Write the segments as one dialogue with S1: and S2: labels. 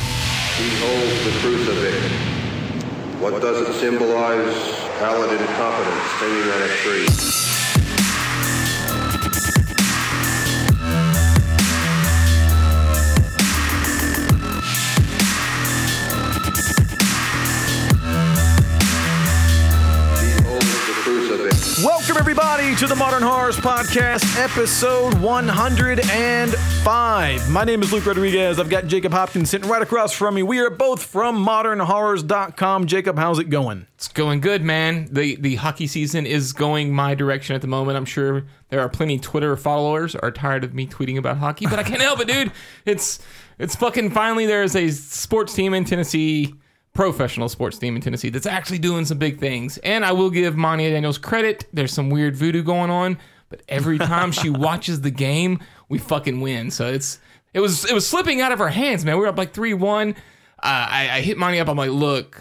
S1: He holds the truth of it. What does it symbolize? Paladin confidence hanging on a tree. He holds the truth of it.
S2: Welcome, everybody, to the Modern Horrors Podcast, episode 105. My name is Luke Rodriguez. I've got Jacob Hopkins sitting right across from me. We are both from modernhorrors.com. Jacob, how's it going?
S3: It's going good, man. The the hockey season is going my direction at the moment. I'm sure there are plenty Twitter followers are tired of me tweeting about hockey, but I can't help it, dude. It's it's fucking finally there is a sports team in Tennessee, professional sports team in Tennessee that's actually doing some big things. And I will give Monia Daniels credit. There's some weird voodoo going on, but every time she watches the game, we fucking win. So it's it was it was slipping out of our hands, man. We were up like three one. Uh, I, I hit Monty up. I'm like, look,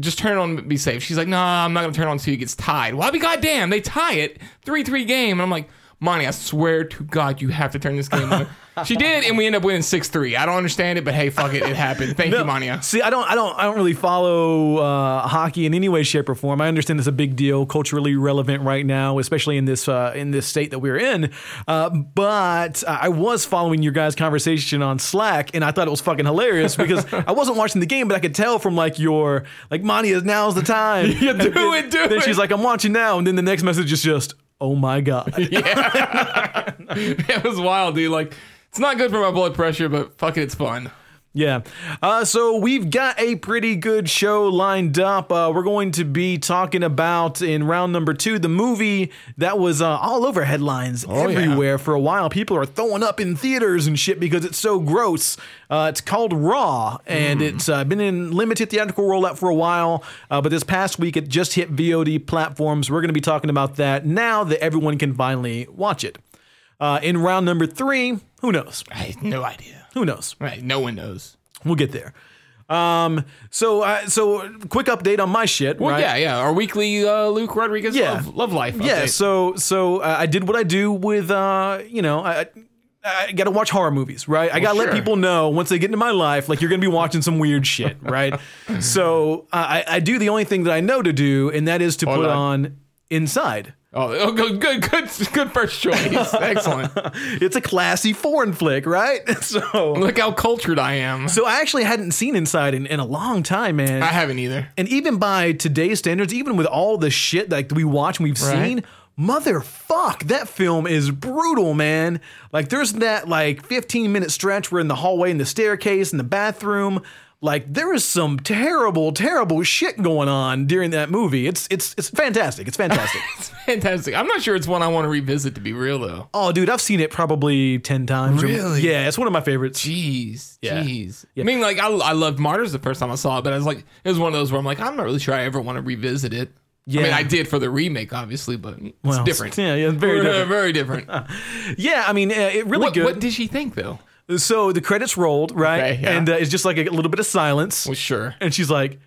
S3: just turn it on, and be safe. She's like, nah, I'm not gonna turn it on until it gets tied. Well, I be goddamn, they tie it three three game, and I'm like, Monty, I swear to God, you have to turn this game on. she did, and we end up winning six three. I don't understand it, but hey, fuck it, it happened. Thank you, Monty.
S2: See, I don't, I don't, I don't really follow uh, hockey in any way, shape, or form. I understand it's a big deal, culturally relevant right now, especially in this uh, in this state that we're in. Uh, but I was following your guys' conversation on Slack, and I thought it was fucking hilarious because I wasn't watching the game, but I could tell from like your like Monty is now's the time. yeah,
S3: do it, do
S2: Then
S3: it.
S2: she's like, I'm watching now, and then the next message is just, oh my god.
S3: it was wild, dude. Like, it's not good for my blood pressure, but fuck it, it's fun.
S2: Yeah. Uh, so we've got a pretty good show lined up. Uh, we're going to be talking about in round number two the movie that was uh, all over headlines
S3: yeah.
S2: everywhere for a while. People are throwing up in theaters and shit because it's so gross. Uh, it's called Raw, and it's uh, been in limited theatrical rollout for a while. Uh, but this past week, it just hit VOD platforms. We're going to be talking about that now that everyone can finally watch it. Uh, in round number three, who knows?
S3: I had no idea.
S2: Who knows?
S3: Right, no one knows.
S2: We'll get there. Um. So, uh, so quick update on my shit.
S3: Well,
S2: right?
S3: yeah, yeah. Our weekly uh, Luke Rodriguez
S2: Yeah.
S3: love, love life.
S2: yeah.
S3: update.
S2: So, so uh, I did what I do with, uh, you know, I. I I gotta watch horror movies, right? I gotta let
S3: sure.
S2: people know once they get into my life, like you're gonna be watching some weird shit, right? so uh, I, I do the only thing that I know to do, and that is to put
S3: on.
S2: on Inside.
S3: Oh, oh, good, good, good, good first choice. Excellent.
S2: It's a classy foreign flick, right? so,
S3: Look how cultured I am.
S2: so I actually hadn't seen Inside in, in a long time, man.
S3: I haven't either.
S2: And even by today's standards, even with all the shit that we watch and we've
S3: Right.
S2: seen, motherfuck, that film is brutal, man. Like there's that like 15 minute stretch where in the hallway, in the staircase, in the bathroom. Like there is some terrible, terrible shit going on during that movie. It's it's it's fantastic. It's fantastic.
S3: It's fantastic. I'm not sure it's one I want to revisit. To be real, though.
S2: oh, dude, I've seen it probably ten times. or-
S3: Really?
S2: yeah, it's one of my favorites.
S3: Jeez,
S2: Yeah.
S3: jeez.
S2: Yeah.
S3: I mean, like, I, I loved Martyrs the first time I saw it, but I was like, it was one of those where I'm like, I'm not really sure I ever want to revisit it.
S2: Yeah.
S3: I mean, I did for the remake, obviously, but it's
S2: Well,
S3: different.
S2: yeah, yeah, very different.
S3: Very different.
S2: Yeah, I mean, uh, it really
S3: what,
S2: good.
S3: what did she think though?
S2: so the credits rolled, right?
S3: Okay, yeah.
S2: And uh, it's just like a little bit of silence.
S3: Well, sure.
S2: And she's like,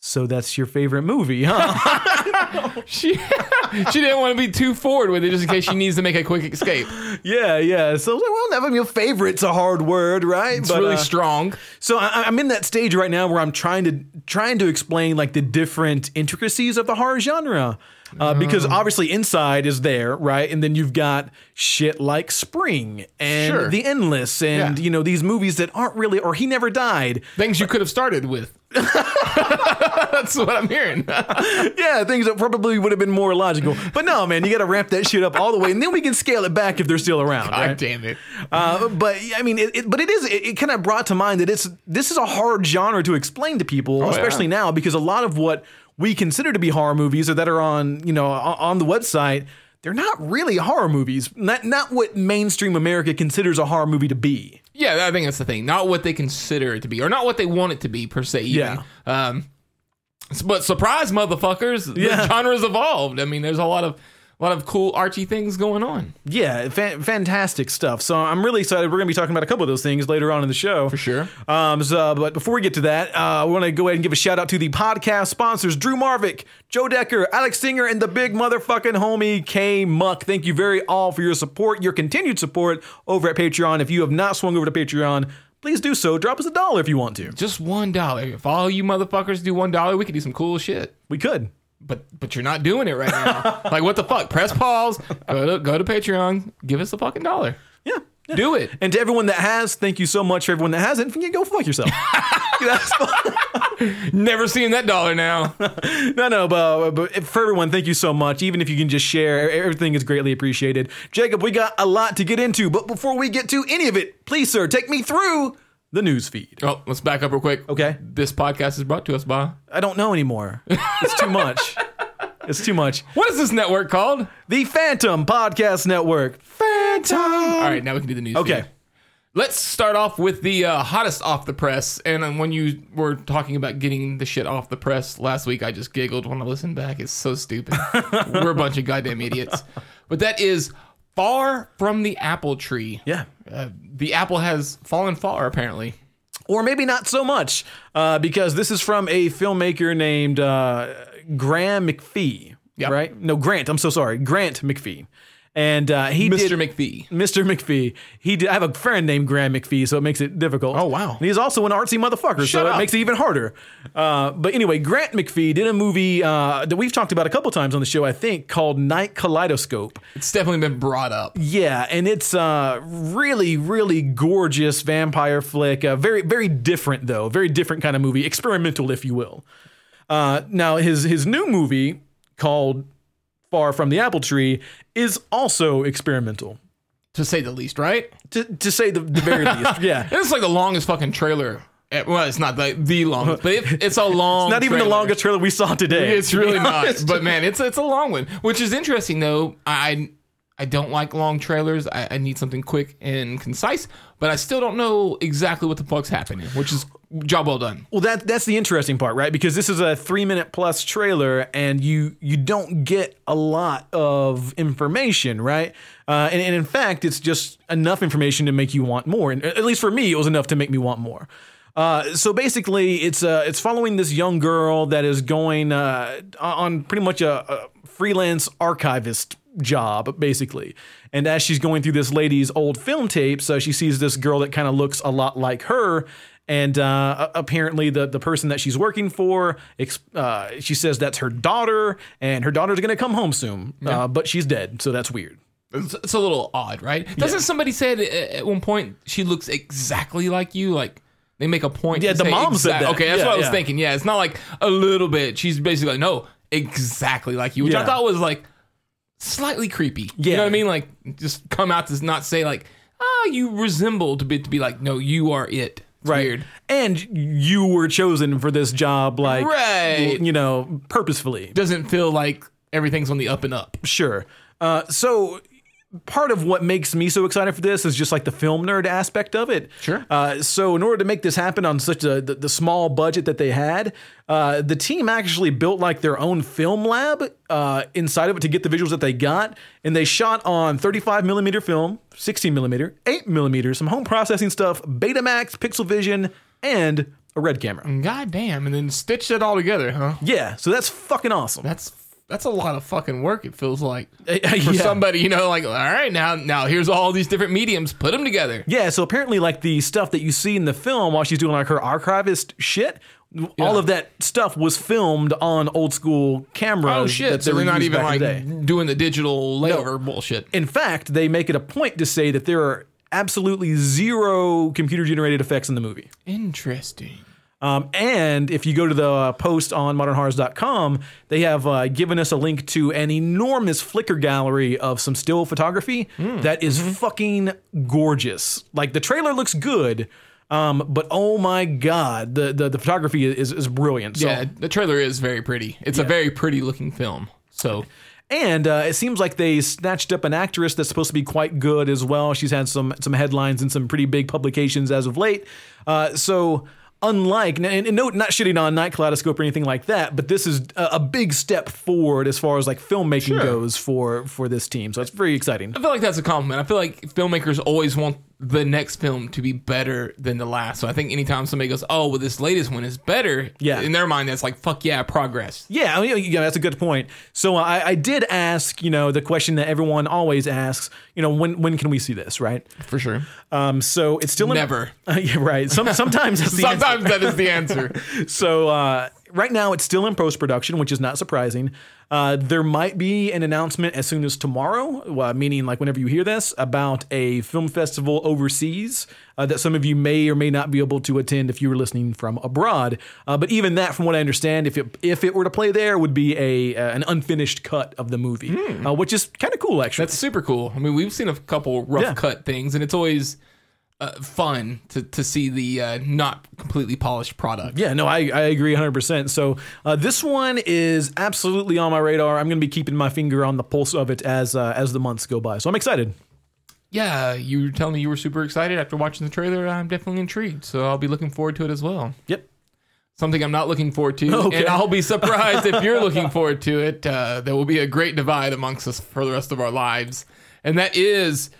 S2: So that's your favorite movie, huh?
S3: She she didn't want to be too forward with it, just in case she needs to make a quick escape.
S2: yeah, yeah. So I was like, Well, never your favorite's a hard word, right? uh,
S3: It's really strong.
S2: so I, I'm in that stage right now where I'm trying to trying to explain like the different intricacies of the horror genre. Uh,
S3: Mm.
S2: because obviously inside is there right and then you've got shit like spring and
S3: Sure.
S2: the endless and
S3: Yeah.
S2: you know these movies that aren't really or he never died
S3: Things you could have started with. That's what I'm hearing.
S2: yeah, things that probably would have been more logical. But no, man, you got to ramp that shit up all the way, and then we can scale it back if they're still around.
S3: God
S2: right?
S3: damn it.
S2: Uh, but I mean, it, it, but it is. It, it kind of brought to mind that it's this is a hard genre to explain to people,
S3: yeah.
S2: especially now, because a lot of what we consider to be horror movies or that are on you know on, on the website. They're not really horror movies. Not not what mainstream America considers a horror movie to be.
S3: Yeah, I think that's the thing. Not what they consider it to be, or not what they want it to be per se. Even. Yeah. Um, s- but surprise, motherfuckers!
S2: Yeah.
S3: The genre's evolved. I mean, there's a lot of a lot of cool Archie things going on.
S2: Yeah, fan fantastic stuff. So I'm really excited. We're going to be talking about a couple of those things later on in the show. For
S3: sure.
S2: Um, so, but before we get to that, uh, we want to go ahead and give a shout out to the podcast sponsors Drew Marvick, Joe Decker, Alex Singer, and the big motherfucking homie K Muck. Thank you very all for your support, your continued support over at Patreon. If you have not swung over to Patreon, please do so. Drop us a dollar if you want to.
S3: Just one dollar. If all you motherfuckers do one dollar, we could do some cool shit.
S2: We could.
S3: But but you're not doing it right now. like what the fuck? Press pause. Go to go to Patreon. Give us the fucking dollar.
S2: Yeah. yeah.
S3: Do it.
S2: And to everyone that has, thank you so much. For everyone that hasn't, you go fuck yourself. That's fine.
S3: Never seen that dollar now.
S2: No, no, but, uh, but for everyone, thank you so much. Even if you can just share, e-, everything is greatly appreciated. Jacob, we got a lot to get into, but before we get to any of it, please, sir, take me through the news feed.
S3: Oh, let's back up real quick.
S2: Okay.
S3: This podcast is brought to us by
S2: I don't know anymore. It's too much. it's too much.
S3: what is this network called?
S2: The Phantom Podcast Network. Phantom.
S3: All right, now we can do the news.
S2: Okay.
S3: feed. Let's start off with the uh, hottest off the press. And um, when you were talking about getting the shit off the press last week, I just giggled when I listened back. It's so stupid. we're a bunch of goddamn idiots. But that is far from the apple tree.
S2: Yeah.
S3: Uh, the apple has fallen far, apparently.
S2: or maybe not so much, uh, because this is from a filmmaker named uh, Graham McPhee,
S3: Yep.
S2: right? No, Grant. I'm so sorry, Grant McPhee, and uh, he
S3: Mr.
S2: did
S3: McPhee.
S2: Mr. McPhee. He did, I have a friend named Graham McPhee, so it makes it difficult.
S3: Oh, wow.
S2: And he's also an artsy motherfucker, so
S3: Shut
S2: it
S3: up.
S2: makes it even harder. Uh, but anyway, Grant McPhee did a movie uh, that we've talked about a couple times on the show, I think, called Night Kaleidoscope.
S3: It's definitely been brought up.
S2: Yeah, and it's uh really really gorgeous vampire flick. Uh, very very different though. Very different kind of movie, experimental if you will. Uh now his his new movie called Far from the Apple Tree is also experimental.
S3: to say the least, right?
S2: To, to say the, the very least. Yeah.
S3: And it's like the longest fucking trailer. Eh, Well, it's not like the longest, but it, it's a long.
S2: Not even the
S3: trailer.
S2: longest trailer we saw today.
S3: It's really not. But man, it's it's a long one, which is interesting though. I I don't like long trailers. I, I need something quick and concise. But I still don't know exactly what the fuck's happening, which is job well done.
S2: Well, that that's the interesting part, right? Because this is a three minute plus trailer, and you you don't get a lot of information, right? Uh, and, and in fact, it's just enough information to make you want more. And at least for me, it was enough to make me want more. Uh, so basically, it's uh, it's following this young girl that is going uh, on pretty much a, a freelance archivist job basically and as she's going through this lady's old film tapes uh, she sees this girl that kind of looks a lot like her and uh, a- apparently the, the person that she's working for ex- uh, she says that's her daughter and her daughter's going to come home soon uh, but she's dead so that's weird
S3: It's, it's a little odd, right? Doesn't somebody say at, at one point she looks exactly like you? Like they make a point.
S2: Yeah,
S3: to
S2: the
S3: say
S2: mom said that.
S3: Okay, that's
S2: Yeah,
S3: what I was
S2: yeah.
S3: thinking. Yeah, it's not like a little bit. She's basically like, no, exactly like you, which
S2: Yeah.
S3: I thought was like slightly creepy.
S2: Yeah.
S3: you know what I mean? Like just come out to not say like, ah, you resemble to be to be like, no, you are it. It's Weird.
S2: and you were chosen for this job like
S3: Right.
S2: you know purposefully
S3: Doesn't feel like everything's on the up and up.
S2: Sure. Uh, so part of what makes me so excited for this is just like the film nerd aspect of it.
S3: Sure.
S2: Uh, so in order to make this happen on such a the, the small budget that they had, uh, the team actually built like their own film lab uh, inside of it to get the visuals that they got, and they shot on 35 millimeter film, 16 millimeter, 8 millimeter, some home processing stuff, Betamax, Pixel Vision, and a red camera.
S3: God damn, and then stitched it all together, huh?
S2: Yeah. So that's fucking awesome.
S3: That's that's a lot of fucking work. It feels like for
S2: Yeah.
S3: somebody, you know, like all right, now now here's all these different mediums, put them together.
S2: Yeah, so apparently, like the stuff that you see in the film while she's doing like her archivist shit, all of that stuff was filmed on old school cameras.
S3: Oh
S2: that
S3: shit!
S2: they
S3: So they're
S2: were
S3: not
S2: used
S3: even
S2: back
S3: like
S2: in the day.
S3: doing the digital layover bullshit.
S2: In fact, they make it a point to say that there are absolutely zero computer generated effects in the movie.
S3: Interesting.
S2: Um, and if you go to the uh, post on modernhorrors.com, they have uh, given us a link to an enormous Flickr gallery of some still photography that is fucking gorgeous. Like the trailer looks good, um, but oh my god, the the, the photography is is brilliant. So,
S3: Yeah, the trailer is very pretty. It's a very pretty looking film. So
S2: And uh, it seems like they snatched up an actress that's supposed to be quite good as well. She's had some some headlines and some pretty big publications as of late. Uh, so Unlike, and, and no, not shitting on Night Kaleidoscope or anything like that, but this is a, a big step forward as far as like filmmaking
S3: Sure.
S2: goes for for this team. So it's very exciting.
S3: I feel like that's a compliment. I feel like filmmakers always want the next film to be better than the last. So I think anytime somebody goes, "Oh, well, this latest one is better,"
S2: Yeah.
S3: in their mind, that's like, "Fuck yeah, progress."
S2: Yeah, I mean, yeah, that's a good point. So I, I did ask, you know, the question that everyone always asks, you know, when when can we see this, right?
S3: For sure.
S2: Um, so it's still in-
S3: Never.
S2: yeah, right. Some, sometimes it's the answer.
S3: Sometimes that is the answer.
S2: So uh, right now it's still in post production, which is not surprising. Uh, there might be an announcement as soon as tomorrow, uh, meaning like whenever you hear this, about a film festival overseas uh, that some of you may or may not be able to attend if you were listening from abroad. Uh, but even that, from what I understand, if it if it were to play there, would be a uh, an unfinished cut of the movie, uh, which is kind of cool actually.
S3: That's super cool. I mean, we've seen a couple rough
S2: Yeah.
S3: cut things, and it's always uh, fun to to see the uh, not completely polished product.
S2: Yeah, no, I, I agree 100%. So uh, this one is absolutely on my radar. I'm going to be keeping my finger on the pulse of it as uh, as the months go by. So I'm excited.
S3: Yeah, you were telling me you were super excited after watching the trailer. I'm definitely intrigued, so I'll be looking forward to it as well.
S2: Yep.
S3: Something I'm not looking forward to,
S2: Okay.
S3: and I'll be surprised if you're looking forward to it. Uh, there will be a great divide amongst us for the rest of our lives, and that is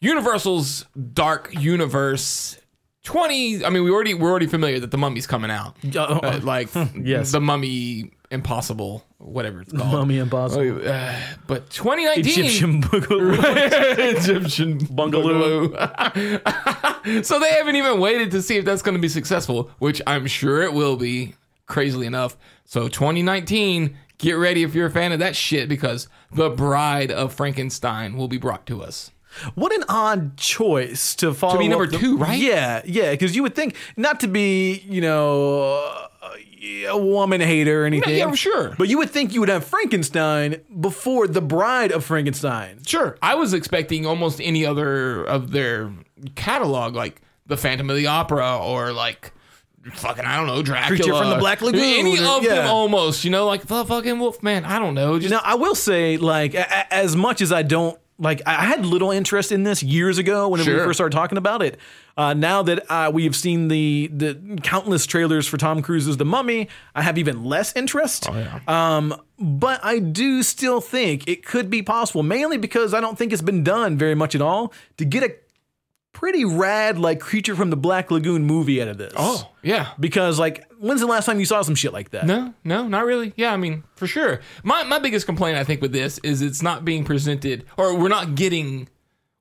S3: Universal's Dark Universe. 20 I mean we already we're already familiar that the mummy's coming out.
S2: Uh,
S3: Uh, like
S2: Yes.
S3: the mummy impossible whatever it's called
S2: Mummy Impossible.
S3: Uh, but 2019
S2: Egyptian Boogaloo.
S3: Egyptian
S2: Bungaloo.
S3: bungaloo. so they haven't even waited to see if that's going to be successful which i'm sure it will be crazily enough so 2019 get ready if you're a fan of that shit because the bride of frankenstein will be brought to us
S2: what an odd choice to follow.
S3: be number
S2: up the-
S3: two, right?
S2: Yeah, yeah, because you would think not to be, you know, a woman hater or anything.
S3: yeah, sure.
S2: But you would think you would have Frankenstein before the bride of Frankenstein.
S3: Sure. I was expecting almost any other of their catalog, like The Phantom of the Opera or like fucking, I don't know, Dracula.
S2: from the Black Lagoon,
S3: Any
S2: or-
S3: of
S2: yeah.
S3: them almost, you know, like the fucking Wolfman. I don't know. Just
S2: Now, I will say, like, a- a- as much as I don't like, I I had little interest in this years ago when we
S3: Sure.
S2: first started talking about it. Uh, now that uh, we have seen the the countless trailers for Tom Cruise's The Mummy, I have even less interest.
S3: Oh,
S2: Um, but I do still think it could be possible, mainly because I don't think it's been done very much at all to get a pretty rad like creature from the Black Lagoon movie out of this.
S3: Oh, yeah.
S2: because like, when's the last time you saw some shit like that?
S3: No, no, not really. Yeah, I mean, for sure. My my biggest complaint I think with this is it's not being presented or we're not getting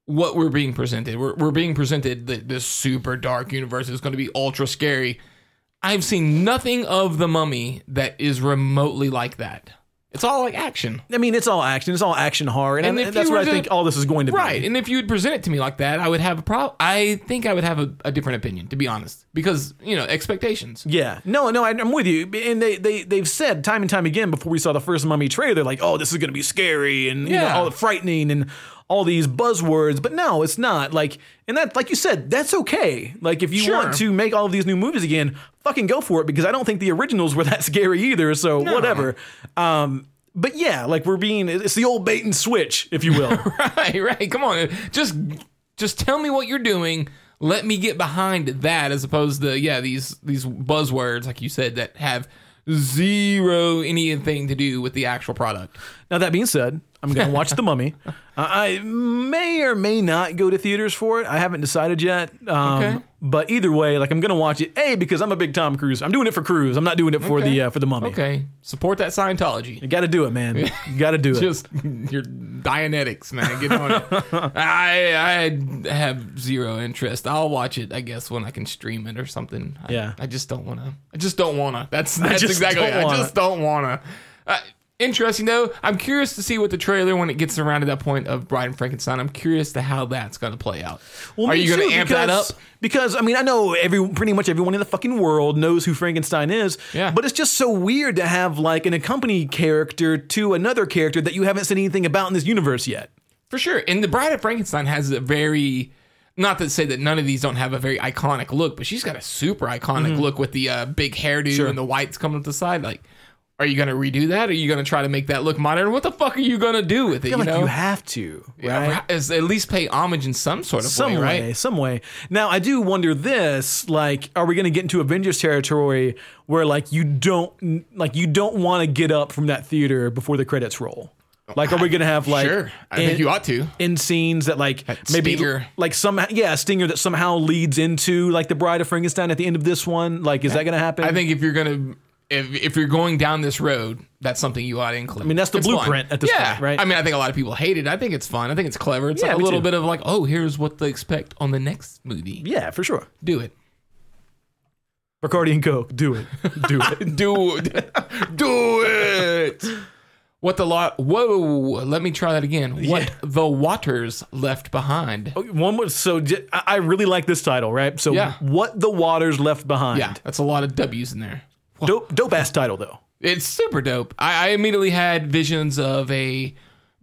S3: what we're being presented. We're we're being presented that this super dark universe is going to be ultra scary. I've seen nothing of the mummy that is remotely like that. It's all like action.
S2: I mean, it's all action. It's all action horror, and,
S3: And
S2: I-
S3: if
S2: that's
S3: you
S2: what I
S3: were to-
S2: think all this is going to
S3: Right.
S2: be.
S3: And if you would present it to me like that, I would have a problem. I think I would have a, a different opinion, to be honest, because, you know, expectations.
S2: Yeah. No, no, I, I'm with you. And they, they, they've said time and time again before we saw the first Mummy trailer, they're like, oh, this is going to be scary and you know,
S3: Yeah.
S2: all the frightening and all these buzzwords. But no, it's not. Like, and that, like you said, that's okay. Like, if you
S3: Sure.
S2: want to make all of these new movies again, fucking go for it because I don't think the originals were that scary either. So, whatever. Um, but yeah, like we're being, it's the old bait and switch, if you will.
S3: right, right. Come on, just just tell me what you're doing. Let me get behind that, as opposed to yeah these these buzzwords like you said that have zero anything to do with the actual product.
S2: Now that being said, I'm going to watch The Mummy. Uh, I may or may not go to theaters for it. I haven't decided yet. Um,
S3: Okay.
S2: But either way, like I'm going to watch it. A because I'm a big Tom Cruise. I'm doing it for Cruise. I'm not doing it for
S3: Okay.
S2: the uh, for the Mummy.
S3: Okay, support that Scientology.
S2: You got to do it, man. You got to do it.
S3: Just your Dianetics, man. Get on it. I I have zero interest. I'll watch it, I guess, when I can stream it or something. I-
S2: Yeah.
S3: I just don't want to. I just don't want to. That's that's
S2: just
S3: exactly.
S2: don't
S3: it. I
S2: wanna.
S3: just don't want to. Uh, interesting though. I'm curious to see what the trailer when it gets around to that point of Bride and Frankenstein. I'm curious to how that's going to play out.
S2: Well,
S3: Are
S2: me
S3: you going
S2: too,
S3: to amp
S2: because,
S3: that up?
S2: Because I mean, I know every pretty much everyone in the fucking world knows who Frankenstein is.
S3: Yeah.
S2: But it's just so weird to have like an accompanying character to another character that you haven't seen anything about in this universe yet.
S3: For sure. And the Bride of Frankenstein has a very not to say that none of these don't have a very
S2: Mm-hmm.
S3: iconic look, but she's got a super iconic look with the uh, big hairdo and the whites coming up the side. Like, are you gonna redo that? Are you gonna try to make that look modern? What the fuck are you gonna do with it?
S2: I feel
S3: you
S2: like
S3: know,
S2: you have to, right?
S3: Yeah, right. Is- at least pay homage in some sort of
S2: some
S3: way,
S2: way,
S3: right?
S2: some way. Now I do wonder this: like, are we going to get into Avengers territory where like you don't like you don't want to get up from that theater before the credits roll? Like, are we going to have like
S3: Oh, sure, I think you ought to.
S2: in scenes that like maybe
S3: stinger.
S2: like some yeah a stinger that somehow leads into like the Bride of Frankenstein at the end of this one? Like, is that going to happen?
S3: I think if you're gonna if, if you're going down this road, that's something you ought to include. I
S2: mean, that's the blueprint at this
S3: yeah.
S2: point, right?
S3: I mean, I think a lot of people hate it. I think it's fun. I think it's clever. It's
S2: Yeah,
S3: like a
S2: me
S3: little
S2: too.
S3: bit of like, oh, here's what they expect on the next movie.
S2: yeah, for sure.
S3: Do it.
S2: Bacardi and Coke, do it, do it.
S3: Do it. Do it. What the lot? Whoa! Let me try that again. What the waters left behind?
S2: Oh, One was so j- I I really like this title, right? So
S3: Yeah.
S2: what the waters left behind?
S3: Yeah, that's a lot of W's in there.
S2: dope, dope ass title though.
S3: It's super dope. I, I immediately had visions of a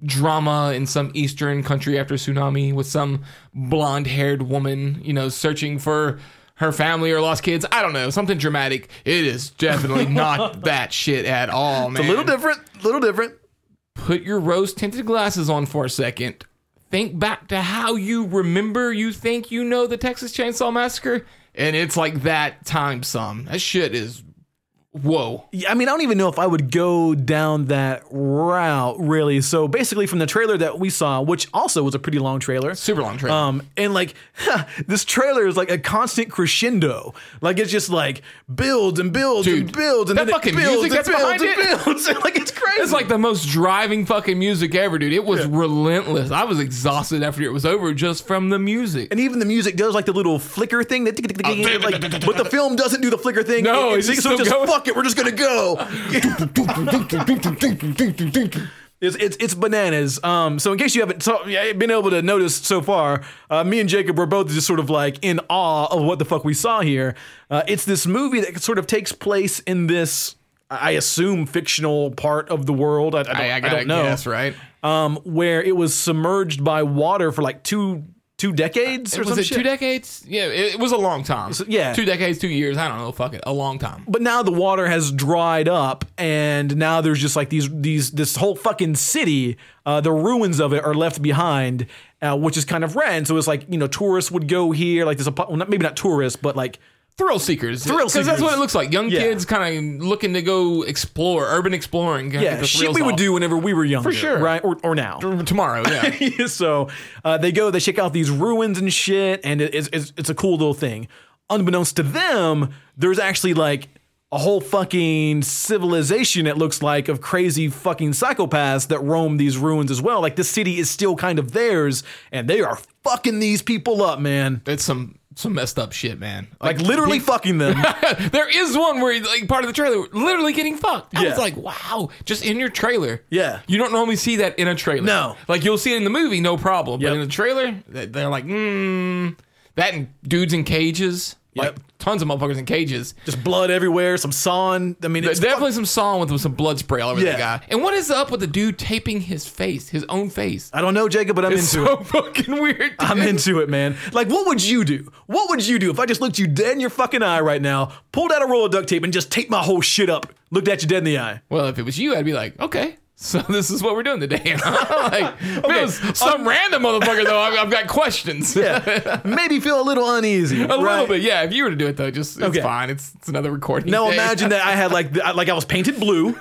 S3: drama in some eastern country after tsunami with some blonde haired woman, you know, searching for her family or lost kids. I don't know, something dramatic. It is definitely not that shit at all, man.
S2: different, little different.
S3: Put your rose tinted glasses on for a second. Think back to how you remember you think you know the Texas Chainsaw Massacre, and it's like that time some. That shit is whoa.
S2: Yeah, I mean, I don't even know if I would go down that route really. So basically, from the trailer that we saw, which also was a pretty long trailer,
S3: Super long trip.
S2: um, and like this trailer is like a constant crescendo. Like it's just like builds and builds and
S3: Dude,
S2: builds and
S3: that
S2: then
S3: fucking
S2: it builds
S3: music
S2: and
S3: that's
S2: builds
S3: behind
S2: and
S3: it.
S2: builds. like it's crazy.
S3: It's like the most driving fucking music ever, dude. It was relentless. I was exhausted after it was over just from the music.
S2: and even the music does like the little flicker thing that
S3: Oh,
S2: like, but the film doesn't do the flicker thing.
S3: No, it's just
S2: so
S3: still
S2: just
S3: going.
S2: fuck it, we're just gonna go. It's, it's it's bananas. Um, so in case you haven't ta- yeah, been able to notice so far, uh, me and Jacob were both just sort of like in awe of what the fuck we saw here. Uh, it's this movie that sort of takes place in this, I assume, fictional part of the world. I, I don't,
S3: I, I
S2: I
S3: gotta
S2: don't know,
S3: guess, right?
S2: um, where it was submerged by water for like two two decades or
S3: Was
S2: some
S3: it
S2: shit.
S3: two decades? Yeah, it, it was a long time.
S2: yeah.
S3: Two decades, two years. I don't know. Fuck it. A long time.
S2: but now the water has dried up and now there's just like these these this whole fucking city uh, the ruins of it are left behind uh, which is kind of rad and so it's like you know tourists would go here like there's a well, not, maybe not tourists but like
S3: Thrill seekers.
S2: Thrill
S3: that's
S2: seekers.
S3: what it looks like. Young
S2: Yeah.
S3: kids kind of looking to go explore, urban exploring. kinda get
S2: yeah
S3: the
S2: shit
S3: thrills
S2: we would
S3: off.
S2: do whenever we were younger
S3: sure.
S2: right or, or now
S3: tomorrow. Yeah.
S2: so uh, they go, they check out these ruins and shit, and it- it's, it's it's a cool little thing. Unbeknownst to them, there's actually like a whole fucking civilization. It looks like of crazy fucking psychopaths that roam these ruins as well. Like this city is still kind of theirs, and they are fucking these people up, man.
S3: it's some some messed up shit, man.
S2: Like literally fucking them.
S3: there is one where like part of the trailer literally getting fucked. I was
S2: Yeah.
S3: like, wow, just in your trailer.
S2: Yeah.
S3: You don't normally see that in a trailer.
S2: No.
S3: Like you'll see it in the movie, no problem.
S2: Yep.
S3: But in the trailer, th- they're like, hmm. That and dudes in cages.
S2: Yep.
S3: Like tons of motherfuckers in cages.
S2: Just blood everywhere, some sawing. I mean,
S3: There's
S2: it's
S3: definitely some song with, with some blood spray all over the
S2: Yeah.
S3: guy. And what is up with the dude taping his face, his own face?
S2: I don't know, Jacob, but I'm
S3: It's
S2: into it.
S3: so fucking weird.
S2: I'm
S3: dude.
S2: into it, man. Like, what would you do? What would you do if I just looked you dead in your fucking eye right now, pulled out a roll of duct tape, and just taped my whole shit up, looked at you dead in the eye?
S3: Well, if it was you, I'd be like, okay. So this is what we're doing today. like, if it was some random motherfucker though. I've, I've got questions.
S2: um, Yeah. Maybe feel a little uneasy.
S3: A little bit, yeah. If you were to do it though, just it's
S2: Okay.
S3: fine. It's it's another recording.
S2: Now
S3: thing.
S2: imagine that I had like the, like I was painted blue,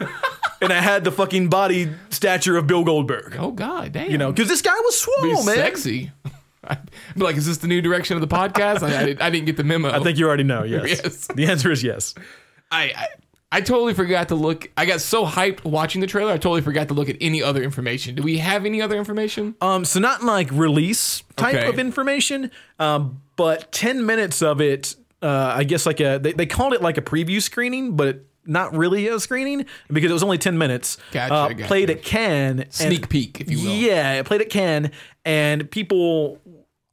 S2: and I had the fucking body stature of Bill Goldberg.
S3: Oh god, damn.
S2: You know, because this guy was swole, man.
S3: sexy. I'd be like, is this the new direction of the podcast? I, I, didn't, I didn't get the memo.
S2: I think you already know. Yes.
S3: Yes.
S2: The answer is yes.
S3: I, I I totally forgot to look. I got so hyped watching the trailer, I totally forgot to look at any other information. Do we have any other information?
S2: Um, so not like release type
S3: Okay.
S2: of information, um, but ten minutes of it. Uh, I guess like a they, they called it like a preview screening, but not really a screening because it was only ten minutes.
S3: Gotcha,
S2: uh,
S3: gotcha.
S2: Played at Cannes. and-
S3: Sneak peek, if you will.
S2: Yeah, it played at Cannes, and people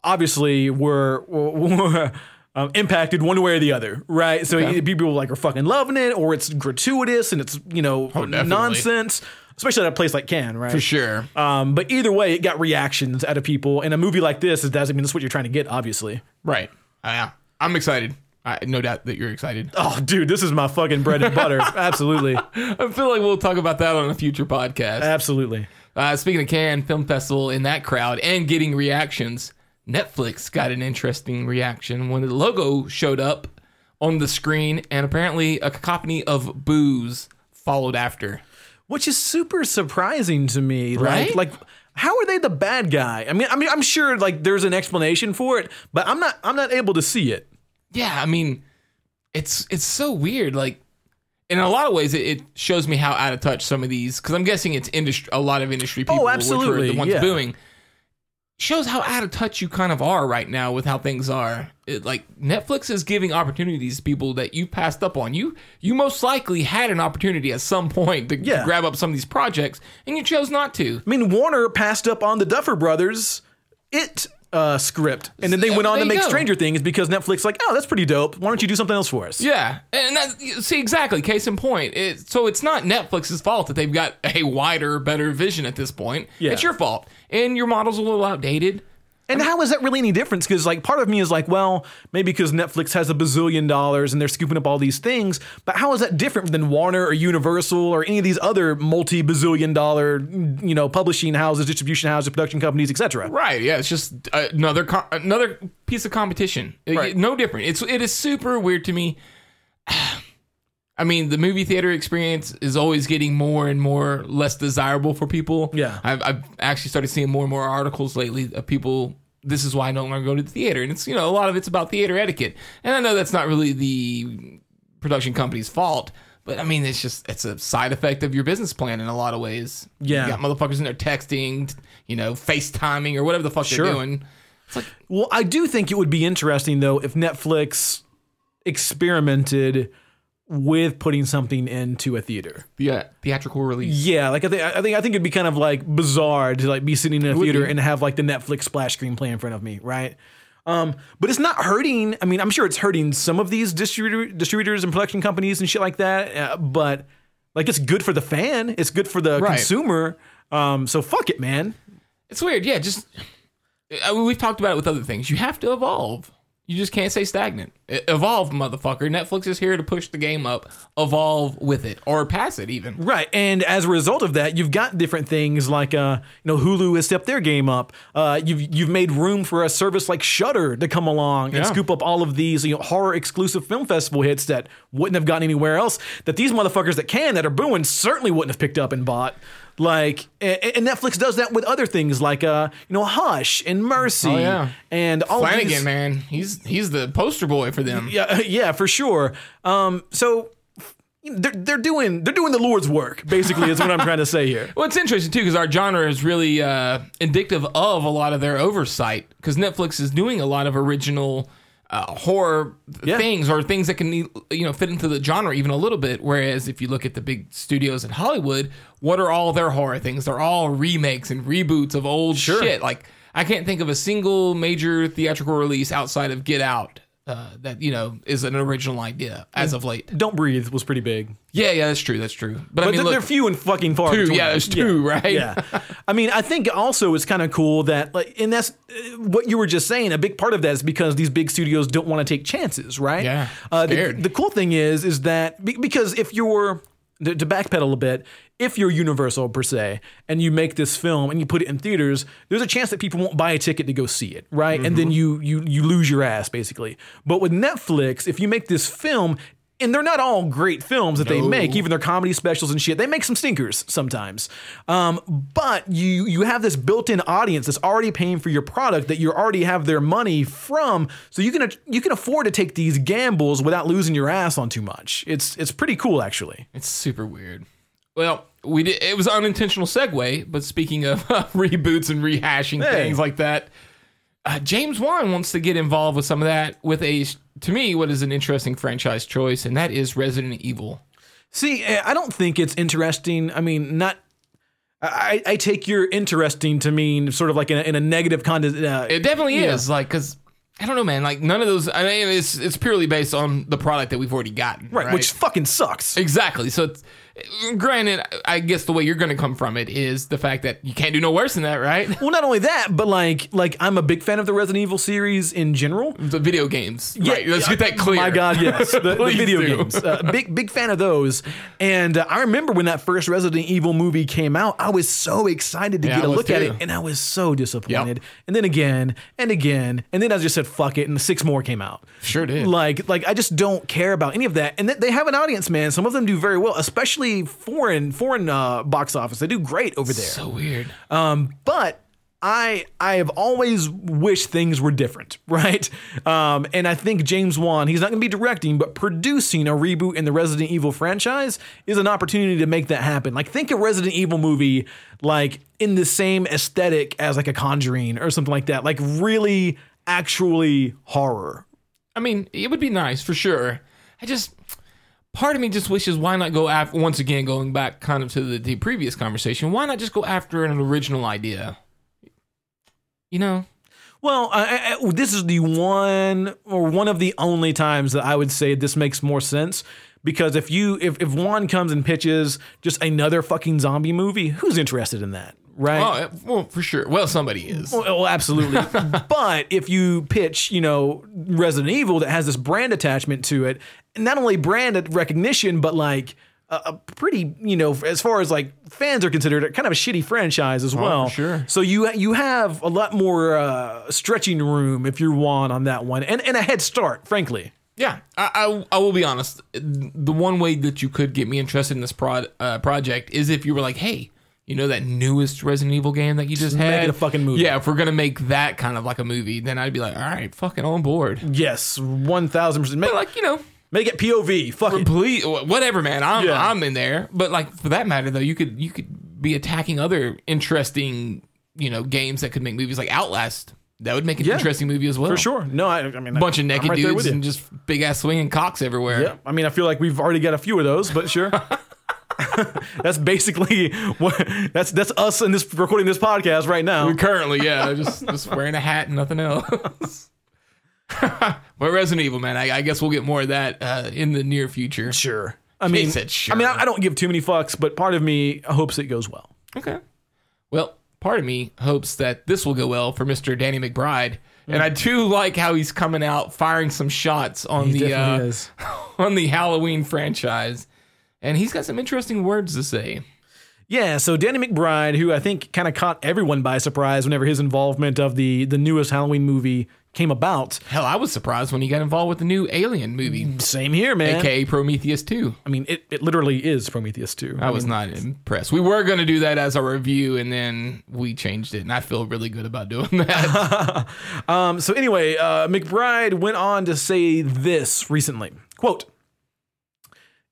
S2: obviously were. were Um, impacted one way or the other, right? So it- people like are fucking loving it, or it's gratuitous and it's you know
S3: Oh, definitely.
S2: nonsense, especially at a place like Cannes, right?
S3: For sure.
S2: Um, but either way, it got reactions out of people. And a movie like this, it doesn't mean that's what you're trying to get, obviously.
S3: Right. Yeah. I'm excited. I, no doubt that you're excited.
S2: Oh, dude, this is my fucking bread and butter. Absolutely.
S3: I feel like we'll talk about that on a future podcast.
S2: Absolutely.
S3: Uh, speaking of Cannes Film Festival and that crowd and getting reactions, Netflix got an interesting reaction when the logo showed up on the screen, and apparently a cacophony of boos followed after.
S2: Which is super surprising to me.
S3: Right?
S2: Like, like how are they the bad guy? I mean, I mean, I'm sure like there's an explanation for it, but I'm not I'm not able to see it.
S3: Yeah, I mean, it's it's so weird. Like, in a lot of ways, it, it shows me how out of touch some of these because I'm guessing it's industry. A lot of industry people, which were
S2: Oh, absolutely,
S3: the ones
S2: yeah.
S3: booing. Shows how out of touch you kind of are right now with how things are. It, like Netflix is giving opportunities to people that you passed up on. You you most likely had an opportunity at some point to
S2: Yeah.
S3: grab up some of these projects, and you chose not to.
S2: I mean, Warner passed up on the Duffer Brothers it uh, script, and then they
S3: Yeah,
S2: went on
S3: there
S2: to
S3: you
S2: make
S3: go.
S2: Stranger Things because Netflix like, oh, that's pretty dope. Why don't you do something else for us?
S3: Yeah, and that's see exactly case in point. It, so it's not Netflix's fault that they've got a wider, better vision at this point.
S2: Yeah.
S3: it's your fault, and your model's a little outdated.
S2: And how is that really any difference? Because like part of me is like, well, maybe because Netflix has a bazillion dollars and they're scooping up all these things, but how is that different than Warner or Universal or any of these other multi-bazillion dollar, you know, publishing houses, distribution houses, production companies, etc.
S3: Right. Yeah, it's just uh, another co- another piece of competition. Uh,
S2: Right.
S3: No different. It's it is super weird to me. I mean, the movie theater experience is always getting more and more less desirable for people.
S2: Yeah.
S3: I've, I've actually started seeing more and more articles lately of people. This is why I no longer go to the theater, and it's you know a lot of it's about theater etiquette, and I know that's not really the production company's fault, but I mean it's just it's a side effect of your business plan in a lot of ways.
S2: Yeah.
S3: you got motherfuckers in there texting, you know, FaceTiming or whatever the fuck
S2: Sure.
S3: they're doing. It's like
S2: Well, I do think it would be interesting though if Netflix experimented with putting something into a theater.
S3: the uh, theatrical release.
S2: Yeah, like I think I think I think it'd be kind of like bizarre to like be sitting in a
S3: would
S2: theater
S3: be.
S2: and have like the Netflix splash screen play in front of me, right? Um, but it's not hurting. I mean, I'm sure it's hurting some of these distributor, distributors and production companies and shit like that. Uh, but like, it's good for the fan. It's good for the
S3: Right.
S2: consumer. Um, so fuck it, man.
S3: It's weird. Yeah, just I mean, we've talked about it with other things. You have to evolve. You just can't stay stagnant. E- Evolve, motherfucker. Netflix is here to push the game up. Evolve with it or pass it even.
S2: Right, and as a result of that, you've got different things like uh, you know Hulu has stepped their game up. Uh, you've you've made room for a service like Shudder to come along
S3: Yeah.
S2: and scoop up all of these you know horror exclusive film festival hits that wouldn't have gotten anywhere else. That these motherfuckers that can that are booing certainly wouldn't have picked up and bought. Like a- and Netflix does that with other things like uh, you know Hush and Mercy
S3: Oh, yeah.
S2: and all
S3: Flanagan,
S2: these,
S3: man, he's he's the poster boy for them.
S2: yeah, yeah, for sure. Um, so. They're, they're doing they're doing the Lord's work basically is what I'm trying to say here.
S3: Well, it's interesting too because our genre is really uh, indicative of a lot of their oversight because Netflix is doing a lot of original uh, horror
S2: Yeah.
S3: things or things that can e, you know fit into the genre even a little bit. Whereas if you look at the big studios in Hollywood, what are all their horror things? They're all remakes and reboots of old shit. Like I can't think of a single major theatrical release outside of Get Out. Uh, that you know is an original idea as of late.
S2: Don't Breathe was pretty big.
S3: Yeah, yeah, that's true, that's true. But,
S2: But
S3: I mean,
S2: they're-
S3: look,
S2: they're few and fucking far
S3: two,
S2: between.
S3: yeah, there's two, right?
S2: Yeah. I mean, I think also it's kind of cool that, like, and that's uh, what you were just saying. A big part of that is because these big studios don't want to take chances, right?
S3: Yeah,
S2: Uh, the,
S3: scared.
S2: the cool thing is, is that be- because if you're, to to backpedal a bit, if you're Universal per se and you make this film and you put it in theaters, there's a chance that people won't buy a ticket to go see it, right? And then you
S3: Mm-hmm.
S2: you you lose your ass basically. But with Netflix, if you make this film, and they're not all great films that they make, even their comedy specials and shit. They make some stinkers sometimes, um, but you you have this built-in audience that's already paying for your product that you already have their money from, so you can you can afford to take these gambles without losing your ass on too much. It's it's pretty cool actually.
S3: It's super weird. Well, we did. It was an unintentional segue, but speaking of uh, reboots and rehashing
S2: Hey.
S3: things like that, uh, James Wan wants to get involved with some of that with a, to me, what is an interesting franchise choice, and that is Resident Evil.
S2: See, eh, I don't think it's interesting. I mean, not. I, I I take your interesting to mean sort of like in a, in a negative kind of. Uh,
S3: It definitely is like because I don't know, man. Like none of those. I mean, it's it's purely based on the product that we've already gotten,
S2: right, which fucking sucks.
S3: Exactly. So it's, Granted, I guess the way you're going to come from it is the fact that you can't do no worse than that, right?
S2: Well, not only that, but like like I'm a big fan of the Resident Evil series in general.
S3: The video games. right. Let's get that clear.
S2: My God, yes, the, the
S3: Please
S2: video
S3: do.
S2: games. Uh, big big fan of those. And uh, I remember when that first Resident Evil movie came out, I was so excited to
S3: Yeah,
S2: get
S3: I
S2: a
S3: was
S2: look at
S3: too.
S2: it, and I was so disappointed. And then again, and again, and then I just said fuck it, and six more came out.
S3: Sure did.
S2: Like like I just don't care about any of that. And th- they have an audience, man. Some of them do very well, especially foreign foreign uh, box office. They do great over there.
S3: So weird.
S2: Um, but I I have always wished things were different, right? Um, and I think James Wan, he's not going to be directing, but producing a reboot in the Resident Evil franchise is an opportunity to make that happen. Like think a Resident Evil movie like in the same aesthetic as like a Conjuring or something like that. Like really actually horror.
S3: I mean, it would be nice for sure. I just part of me just wishes why not go after once again going back kind of to the, the previous conversation. Why not just go after an original idea? You know,
S2: Well, I, I, I- this is the one or one of the only times that I would say this makes more sense because if you if if one comes and pitches just another fucking zombie movie, who's interested in that, right?
S3: oh eh, well, for sure. Well, somebody is.
S2: Well, well, Oh, absolutely. but if you pitch, you know, Resident Evil that has this brand attachment to it, not only brand recognition, but like a, a pretty, you know, as far as like fans are considered, kind of a shitty franchise as well.
S3: Oh, sure.
S2: So you you have a lot more uh, stretching room if you're one on that one, and and a head start, frankly.
S3: Yeah, I, I I will be honest. The one way that you could get me interested in this prod uh, project is if you were like, hey. You know that newest Resident Evil game that you just
S2: make
S3: had?
S2: it a fucking movie.
S3: Yeah, if we're gonna make that kind of like a movie, then I'd be like, all right, fucking on board.
S2: Yes, one thousand percent. Make,
S3: Like you know,
S2: make it POV. Fuck it.
S3: please wh- whatever man i'm
S2: Yeah.
S3: i'm in there but like for that matter though you could you could be attacking other interesting you know games that could make movies like outlast that would make an
S2: Yeah.
S3: interesting movie as well
S2: For sure. No, I, I mean,
S3: bunch of
S2: I'm
S3: naked
S2: right there
S3: dudes
S2: with you.
S3: and just big ass swinging cocks everywhere
S2: Yeah, I mean, I feel like we've already got a few of those, but sure. that's basically what that's that's us in this recording this podcast right now.
S3: currently yeah just just wearing a hat and nothing else but resident evil man I, I guess we'll get more of that uh in the near future
S2: Sure. I mean,
S3: said
S2: I mean,
S3: sure.
S2: I, I don't give too many fucks, but part of me hopes it goes well.
S3: Okay. Well, part of me hopes that this will go well for Mr. Danny McBride. And I do like how he's coming out firing some shots on the uh,
S2: is.
S3: on the Halloween franchise. And he's got some interesting words to say.
S2: Yeah, so Danny McBride, who I think kind of caught everyone by surprise whenever his involvement of the the newest Halloween movie came about.
S3: Hell, I was surprised when he got involved with the new Alien movie,
S2: Same here, man.
S3: aka Prometheus 2.
S2: I mean, it, it literally is Prometheus 2.
S3: I was not impressed. We were going to do that as a review, and then we changed it, and I feel really good about doing that.
S2: Um, so anyway, uh, McBride went on to say this recently. Quote,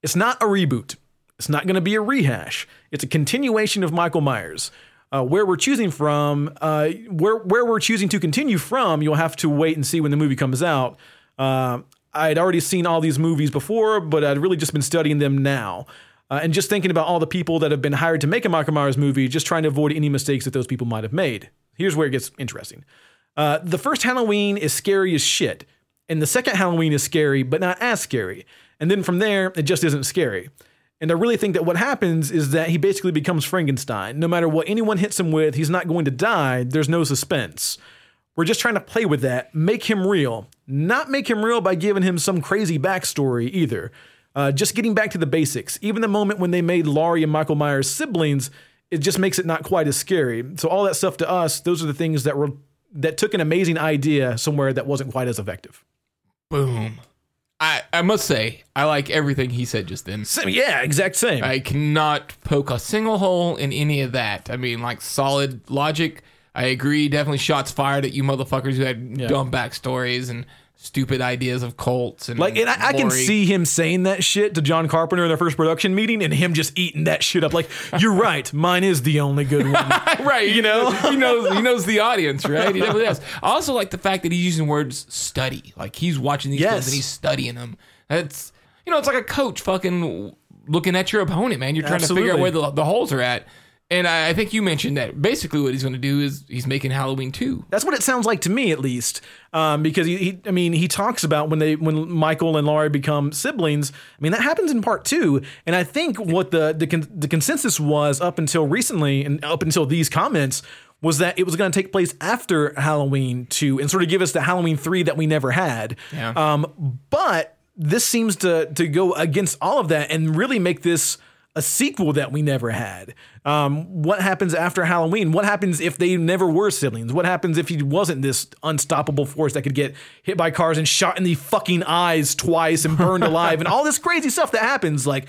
S2: it's not a reboot. It's not going to be a rehash. It's a continuation of Michael Myers. Uh, where we're choosing from, uh, where where we're choosing to continue from, you'll have to wait and see when the movie comes out. Uh, I'd already seen all these movies before, but I'd really just been studying them now, uh, and just thinking about all the people that have been hired to make a Michael Myers movie, just trying to avoid any mistakes that those people might have made. Here's where it gets interesting. Uh, the first Halloween is scary as shit. And the second Halloween is scary, but not as scary. And then from there, it just isn't scary. And I really think that what happens is that he basically becomes Frankenstein. No matter what anyone hits him with, he's not going to die. There's no suspense. We're just trying to play with that, make him real. Not make him real by giving him some crazy backstory either. Uh, just getting back to the basics. Even the moment when they made Laurie and Michael Myers siblings, it just makes it not quite as scary. So all that stuff to us, those are the things that were that took an amazing idea somewhere that wasn't quite as effective.
S3: Boom. I, I must say, I like everything he said just then.
S2: yeah, exact same.
S3: I cannot poke a single hole in any of that. I mean, like solid logic. I agree. Definitely shots fired at you motherfuckers who had dumb backstories and stupid ideas of cults and
S2: Like, and I, I can
S3: glory.
S2: see him saying that shit to John Carpenter in their first production meeting, and him just eating that shit up. Like, you're right, mine is the only good one.
S3: right. You know, he knows he knows the audience, right? He definitely does. I also like the fact that he's using words study. Like he's watching these
S2: Yes.
S3: films and he's studying them. That's you know, it's like a coach fucking looking at your opponent, man. You're trying to figure out
S2: Absolutely.
S3: where the, the holes are at. And I, I think you mentioned that basically what he's going to do is he's making Halloween two.
S2: That's what it sounds like to me, at least. Um, because he, he, I mean, he talks about when they, when Michael and Laurie become siblings. I mean, that happens in part two. And I think what the the, con- the consensus was up until recently, and up until these comments, was that it was going to take place after Halloween two, and sort of give us the Halloween three that we never had.
S3: Yeah.
S2: Um, but this seems to to go against all of that and really make this a sequel that we never had. Um, what happens after Halloween? What happens if they never were siblings? What happens if he wasn't this unstoppable force that could get hit by cars and shot in the fucking eyes twice and burned alive and all this crazy stuff that happens? Like,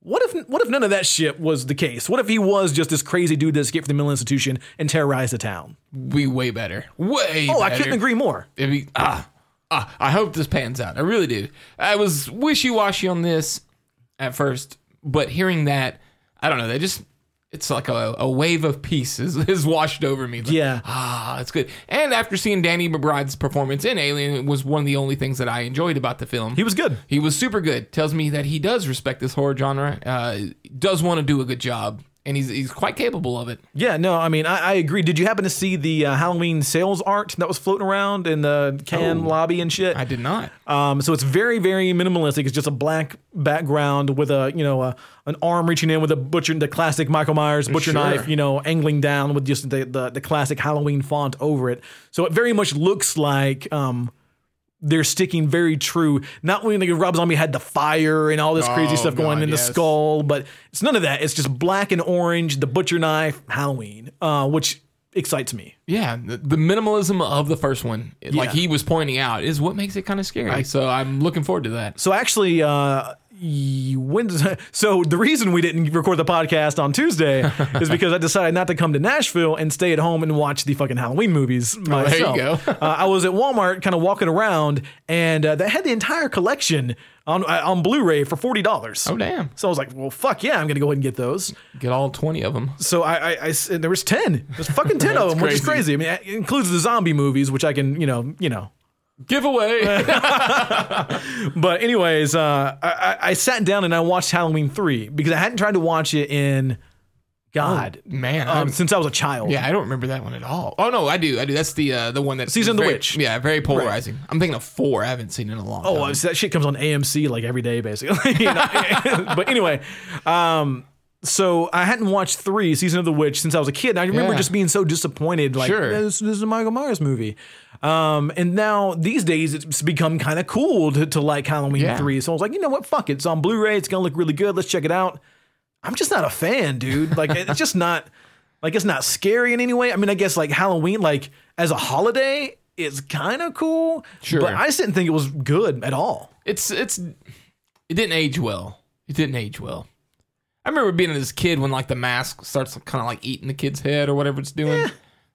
S2: what if what if none of that shit was the case? What if he was just this crazy dude that escaped from the mental institution and terrorized the town?
S3: Be way better. Way.
S2: Oh, I
S3: better.
S2: couldn't agree more.
S3: It'd be- ah, ah, I hope this pans out. I really do. I was wishy washy on this at first, but hearing that, I don't know. They just, it's like a, a wave of peace is, is washed over me. Like,
S2: Yeah.
S3: Ah, that's good. And after seeing Danny McBride's performance in Alien, it was one of the only things that I enjoyed about the film.
S2: He was good.
S3: He was super good. Tells me that he does respect this horror genre, uh, does want to do a good job, and he's, he's quite capable of it.
S2: Yeah, no, I mean, I, I agree. Did you happen to see the uh, Halloween sales art that was floating around in the can lobby and shit?
S3: I did not.
S2: Um, so it's very, very minimalistic. It's just a black background with a, you know, a, an arm reaching in with a butcher, the classic Michael Myers butcher
S3: Sure.
S2: knife, you know, angling down with just the, the, the classic Halloween font over it. So it very much looks like, um, they're sticking very true. Not when like Rob Zombie had the fire and all this crazy
S3: Oh,
S2: stuff going
S3: God,
S2: in
S3: yes.
S2: the skull, but it's none of that. It's just black and orange, the butcher knife, Halloween, uh, which excites me.
S3: Yeah, the, the minimalism of the first one, like
S2: Yeah.
S3: he was pointing out, is what makes it kind of scary. so I'm looking forward to that.
S2: So actually, uh, y- when so the reason we didn't record the podcast on Tuesday is because I decided not to come to Nashville and stay at home and watch the fucking Halloween movies
S3: Oh, there you
S2: myself.
S3: go.
S2: uh, I was at Walmart, kind of walking around, and uh, they had the entire collection on uh, on Blu-ray for forty dollars.
S3: Oh damn,
S2: So I was like, well, fuck yeah, I'm gonna go ahead and get those.
S3: get all twenty of them.
S2: So I, I- I s- and there was ten, there's fucking ten of them, which is crazy.
S3: crazy.
S2: I mean, it includes the zombie movies, which I can, you know, you know,
S3: Giveaway.
S2: But anyways, uh, I- I, I sat down and I watched Halloween three because I hadn't tried to watch it in God um,
S3: Man, Oh, mm, I'm-
S2: since I was a child.
S3: yeah, I don't remember that one at all. Oh no, I do. I do. That's the uh, the one that
S2: Season of the
S3: very-
S2: Witch.
S3: Yeah, very polarizing. I'm thinking of four. I haven't seen in a long.
S2: Oh,
S3: time.
S2: uh, so that shit comes on AMC like every day, basically. You know? but anyway, um, so I hadn't watched three season of the witch since I was a kid. And I remember
S3: Yeah.
S2: just being so disappointed, like
S3: Sure.
S2: this, this is a Michael Myers movie. Um, and now these days it's become kind of cool to, to like Halloween
S3: Yeah.
S2: three. So I was like, you know what, fuck it. It's on Blu-ray. It's gonna look really good. Let's check it out. I'm just not a fan, dude. Like it's just not like it's not scary in any way. I mean, I guess like Halloween, like as a holiday, is kind of cool.
S3: Sure.
S2: but I just didn't think it was good at all.
S3: it's it's it didn't age well. It didn't age well. I remember being this kid when like the mask starts kind of like eating the kid's head or whatever it's doing.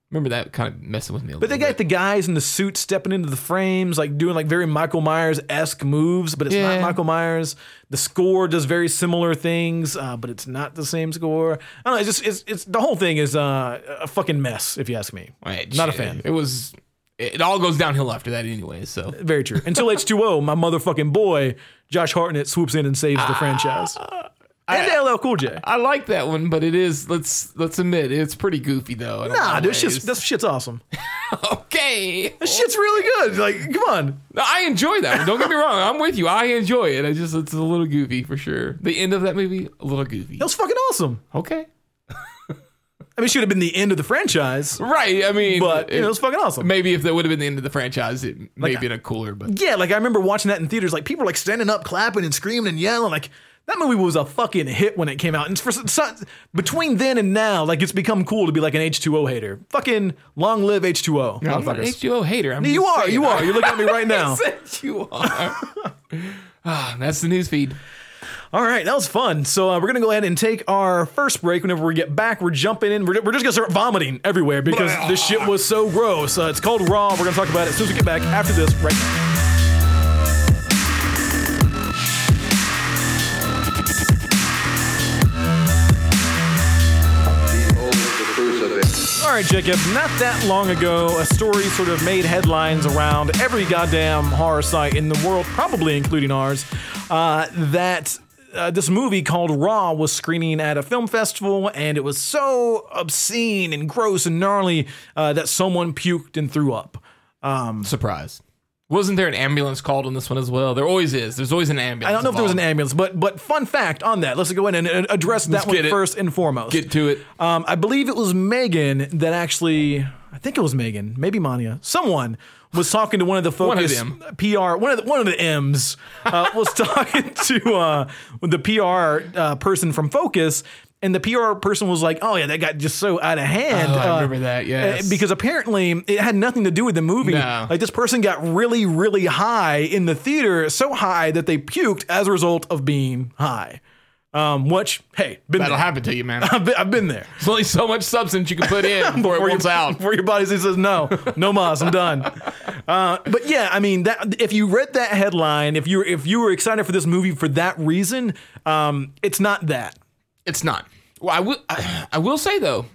S3: Remember that kind of messing with me a
S2: But they
S3: little bit.
S2: got the guys in the suits stepping into the frames, like doing like very Michael Myers esque moves, but it's
S3: Yeah.
S2: not Michael Myers. The score does very similar things, uh, but it's not the same score. I don't know. It's just it's, it's the whole thing is uh, a fucking mess, if you ask me.
S3: Right,
S2: Not a
S3: shit.
S2: fan.
S3: It was. It it all goes downhill after that, anyway. So
S2: Very true. Until H two O, my motherfucking boy Josh Hartnett swoops in and saves the franchise. Ah. And LL Cool J.
S3: I like that one, but it is. Let's let's admit it's pretty goofy though. in a lot
S2: Nah,
S3: of
S2: this shit's
S3: ways.
S2: this shit's awesome.
S3: okay.
S2: This shit's really good. Like, come on.
S3: No, I enjoy that one. Don't get me wrong. I'm with you. I enjoy it. I just it's a little goofy for sure. The end of that movie, a little goofy.
S2: That was fucking awesome.
S3: Okay.
S2: I mean, it should have been the end of the franchise,
S3: Right. I mean,
S2: but you know, it
S3: it-
S2: was fucking awesome.
S3: maybe if that would have been the end of the franchise, it may have been a cooler. But
S2: Yeah, like I remember watching that in theaters. Like people were like standing up, clapping and screaming and yelling. Like that movie was a fucking hit when it came out. And for so, between then and now, like it's become cool to be like an H two O hater. Fucking long live H two O,
S3: I'm not an
S2: motherfuckers.
S3: H2O hater. I'm
S2: You
S3: just
S2: are,
S3: saying.
S2: you are. You're looking at me right now.
S3: Yes, you are. Ah, that's the news feed.
S2: All right, that was fun. So uh, we're gonna go ahead and take our first break. Whenever we get back, we're jumping in. We're, we're just gonna start vomiting everywhere because this shit was so gross. Uh, it's called Raw. We're gonna talk about it as soon as we get back after this. Right. now.
S1: Behold the crucifix.
S2: All right, Jacob, not that long ago, a story sort of made headlines around every goddamn horror site in the world, probably including ours, uh, that uh, this movie called Raw was screening at a film festival, and it was so obscene and gross and gnarly uh, that someone puked and threw up.
S3: Surprise. Wasn't there an ambulance called on this one as well? There always is. There's always an ambulance.
S2: I don't know if there was an
S3: involved.
S2: ambulance, but but fun fact on that. Let's go in and uh, address that
S3: Let's
S2: one
S3: get it.
S2: first and foremost.
S3: Get to it.
S2: Um, I believe it was Megan that actually, I think it was Megan, maybe Mania, someone was talking to one of the
S3: of
S2: focus
S3: them.
S2: PR, one of the, one of the M's uh, was talking to uh, the PR uh, person from Focus. And the PR person was like, "Oh yeah, that got just so out of hand."
S3: Oh, I
S2: uh,
S3: remember that, yes.
S2: uh, because apparently it had nothing to do with the movie.
S3: No.
S2: Like this person got really, really high in the theater, so high that they puked as a result of being high. Um, which, hey, been
S3: That'll
S2: there.
S3: happen to you, man.
S2: I've been, I've been there.
S3: There's only so much substance you can put in before it
S2: Before
S3: runs
S2: your-
S3: out.
S2: Before your body says no, no mas, I'm done. Uh, but yeah, I mean that if you read that headline, if you if you were excited for this movie for that reason, um, it's not that.
S3: It's not. Well, I will. I, I will say though,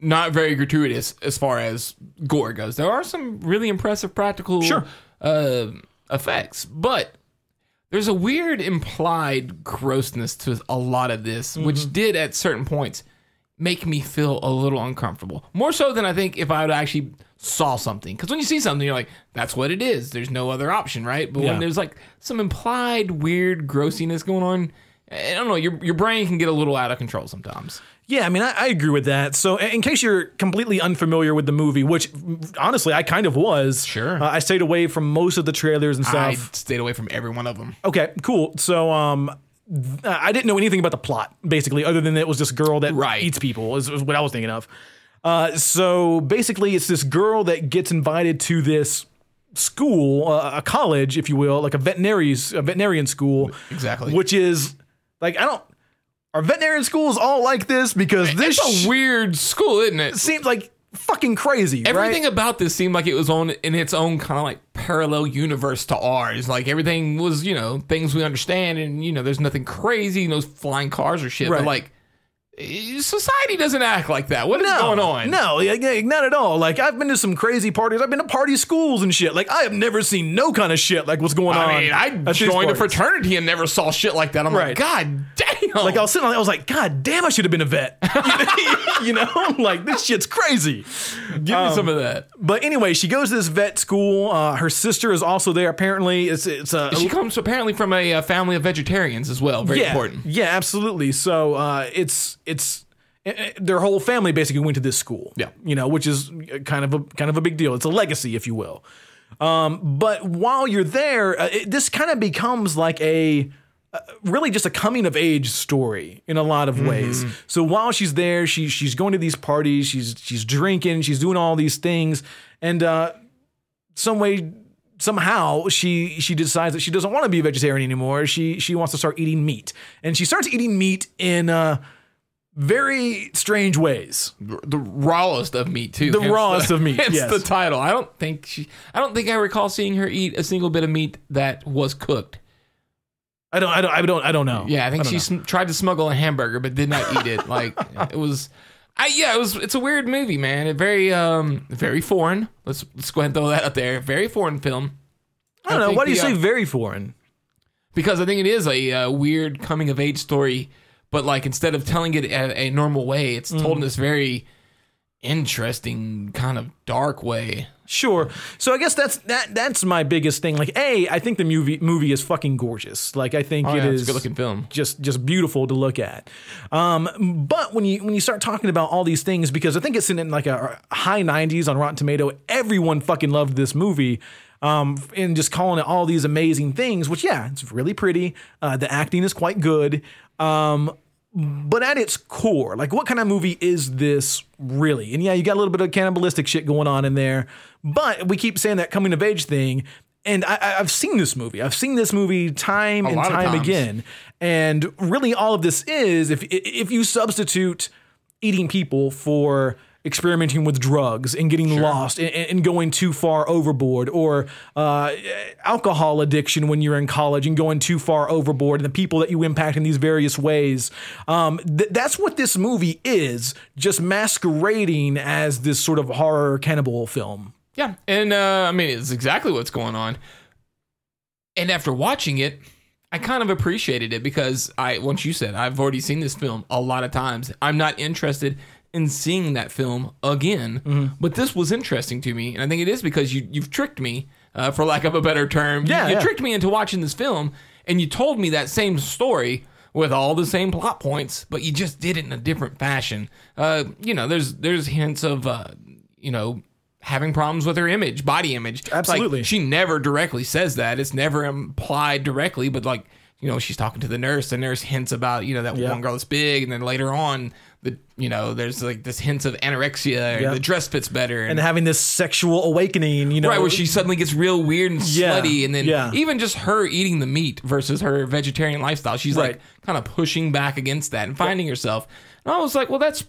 S3: not very gratuitous as far as gore goes. There are some really impressive practical
S2: Sure.
S3: uh, effects, but there's a weird implied grossness to a lot of this,
S2: Mm-hmm.
S3: which did at certain points make me feel a little uncomfortable. More so than I think if I would actually saw something. Because when you see something, you're like, that's what it is. There's no other option, right? But
S2: Yeah.
S3: when there's like some implied weird grossiness going on, eh, I don't know, your your brain can get a little out of control sometimes.
S2: Yeah, I mean, I, I agree with that. So, in in case you're completely unfamiliar with the movie, which honestly I kind of was,
S3: Sure.
S2: uh, I stayed away from most of the trailers and
S3: I
S2: stuff.
S3: stayed away from every one of them.
S2: Okay, cool. So, um, th- I didn't know anything about the plot, basically, other than it was this girl that
S3: Right.
S2: eats people, is, is what I was thinking of. Uh, so, basically, it's this girl that gets invited to this school, uh, a college, if you will, like a veterinary's a veterinarian school.
S3: Exactly.
S2: Which is like, I don't. Are veterinarian schools all like this? Because this
S3: It's
S2: sh-
S3: a weird school, isn't it?
S2: seems like fucking crazy, right?
S3: Everything about this seemed like it was on in its own kind of like parallel universe to ours. Like everything was, you know, things we understand, and you know, there's nothing crazy, no flying cars or shit.
S2: Right.
S3: But like, eh, society doesn't act like that. What is going on?
S2: No, yeah, yeah, not at all. Like I've been to some crazy parties. I've been to party schools and shit. Like I have never seen no kind of shit like what's going on.
S3: I mean,
S2: at
S3: I
S2: these
S3: joined a
S2: parties.
S3: fraternity and never saw shit like that. I'm
S2: Right.
S3: like, God damn!
S2: Like I was sitting on it, I was like, God damn, I should have been a vet. you know, like this shit's crazy.
S3: give
S2: um,
S3: me some of that.
S2: But anyway, she goes to this vet school. Uh, her sister is also there. Apparently, it's it's a
S3: She comes apparently from a, uh family of vegetarians as well. Very
S2: yeah,
S3: important.
S2: Yeah, absolutely. So uh, it's it's eh, eh, their whole family basically went to this school.
S3: Yeah.
S2: you know, which is eh, kind of a kind of a big deal. It's a legacy, if you will. Um, but while you're there, uh, it, this kind of becomes like a uh, really just a coming of age story in a lot of ways.
S3: Mm-hmm.
S2: So while she's there, she she's going to these parties, she's she's drinking, she's doing all these things, and uh, some way somehow she she decides that she doesn't want to be a vegetarian anymore. She she wants to start eating meat, and she starts eating meat in uh, very strange ways.
S3: the rawest of meat too.
S2: The
S3: Hence
S2: rawest of meat,
S3: Hence
S2: yes.
S3: the title. I don't think she. I don't think I recall seeing her eat a single bit of meat that was cooked.
S2: I don't I don't I don't I don't know.
S3: Yeah, I think
S2: don't
S3: she sm- tried to smuggle a hamburger but did not eat it. Like it was. I, yeah, it was. It's a weird movie, man. It very, um, very foreign. Let's let's go ahead and throw that out there. Very foreign film
S2: I don't know.
S3: think
S2: Why do you
S3: the,
S2: say
S3: uh,
S2: very foreign?
S3: because I think it is a uh, weird coming of age story. But like instead of telling it a, a normal way, it's told in this very interesting kind of dark way.
S2: Sure. So I guess that's that that's my biggest thing. Like, a I think the movie movie is fucking gorgeous. Like I think it
S3: Oh, yeah, it's a
S2: is-
S3: good-looking film.
S2: Just just beautiful to look at. Um, but when you when you start talking about all these things, because I think it's in, in like a high 90s on Rotten Tomato, everyone fucking loved this movie. Um, and just calling it all these amazing things, which yeah, it's really pretty. Uh, the acting is quite good. Um, but at its core, like what kind of movie is this really? And yeah, you got a little bit of cannibalistic shit going on in there, but we keep saying that coming of age thing. And I, I- I've seen this movie. I've seen this movie time and
S3: lot of
S2: time
S3: times.
S2: again. And really, all of this is if if you substitute eating people for experimenting with drugs and getting lost and, and going too far overboard or uh, alcohol addiction when you're in college and going too far overboard and the people that you impact in these various ways um, th- that's what this movie is just masquerading as this sort of horror cannibal film
S3: Yeah, and uh, I mean it's exactly what's going on. And after watching it, I kind of appreciated it because I, once you said, I've already seen this film a lot of times. I'm not interested in seeing that film again.
S2: Mm-hmm.
S3: But this was interesting to me, and I think it is because you you've tricked me, uh, for lack of a better term. You-
S2: Yeah,
S3: you
S2: yeah.
S3: tricked me into watching this film, and you told me that same story with all the same plot points, but you just did it in a different fashion. Uh, you know, there's there's hints of, uh, you know. Having problems with her image, body image. Like,
S2: Absolutely.
S3: she never directly says that. It's never implied directly, but like, you know, she's talking to the nurse. The nurse hints about, you know, that
S2: Yeah.
S3: one girl is big. And then later on, the, you know, there's like this hints of anorexia.
S2: Yeah.
S3: And the dress fits better.
S2: and having this sexual awakening, you know,
S3: right, where she suddenly gets real weird and
S2: Yeah,
S3: slutty. And then
S2: yeah.
S3: even just her eating the meat versus her vegetarian lifestyle, she's
S2: Right.
S3: like kind of pushing back against that and finding herself. And I was like, well, that's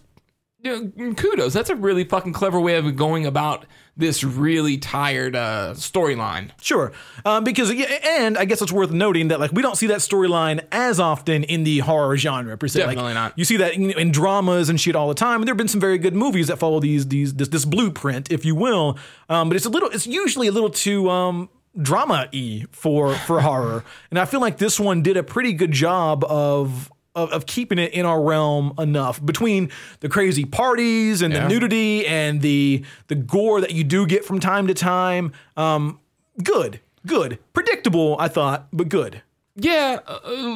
S3: you know, mm, kudos. That's a really fucking clever way of going about this really tired uh, storyline.
S2: Sure, um, because yeah, and I guess it's worth noting that like we don't see that storyline as often in the horror genre per se. Like,
S3: Definitely not.
S2: You see that in, in dramas and shit all the time. And there have been some very good movies that follow these these this, this blueprint, if you will. Um, but it's a little, it's usually a little too um, drama y for for horror. And I feel like this one did a pretty good job of. Of, of keeping it in our realm enough between the crazy parties and
S3: Yeah.
S2: the nudity and the the gore that you do get from time to time, um, good, good, predictable. I thought, but good.
S3: Yeah, uh,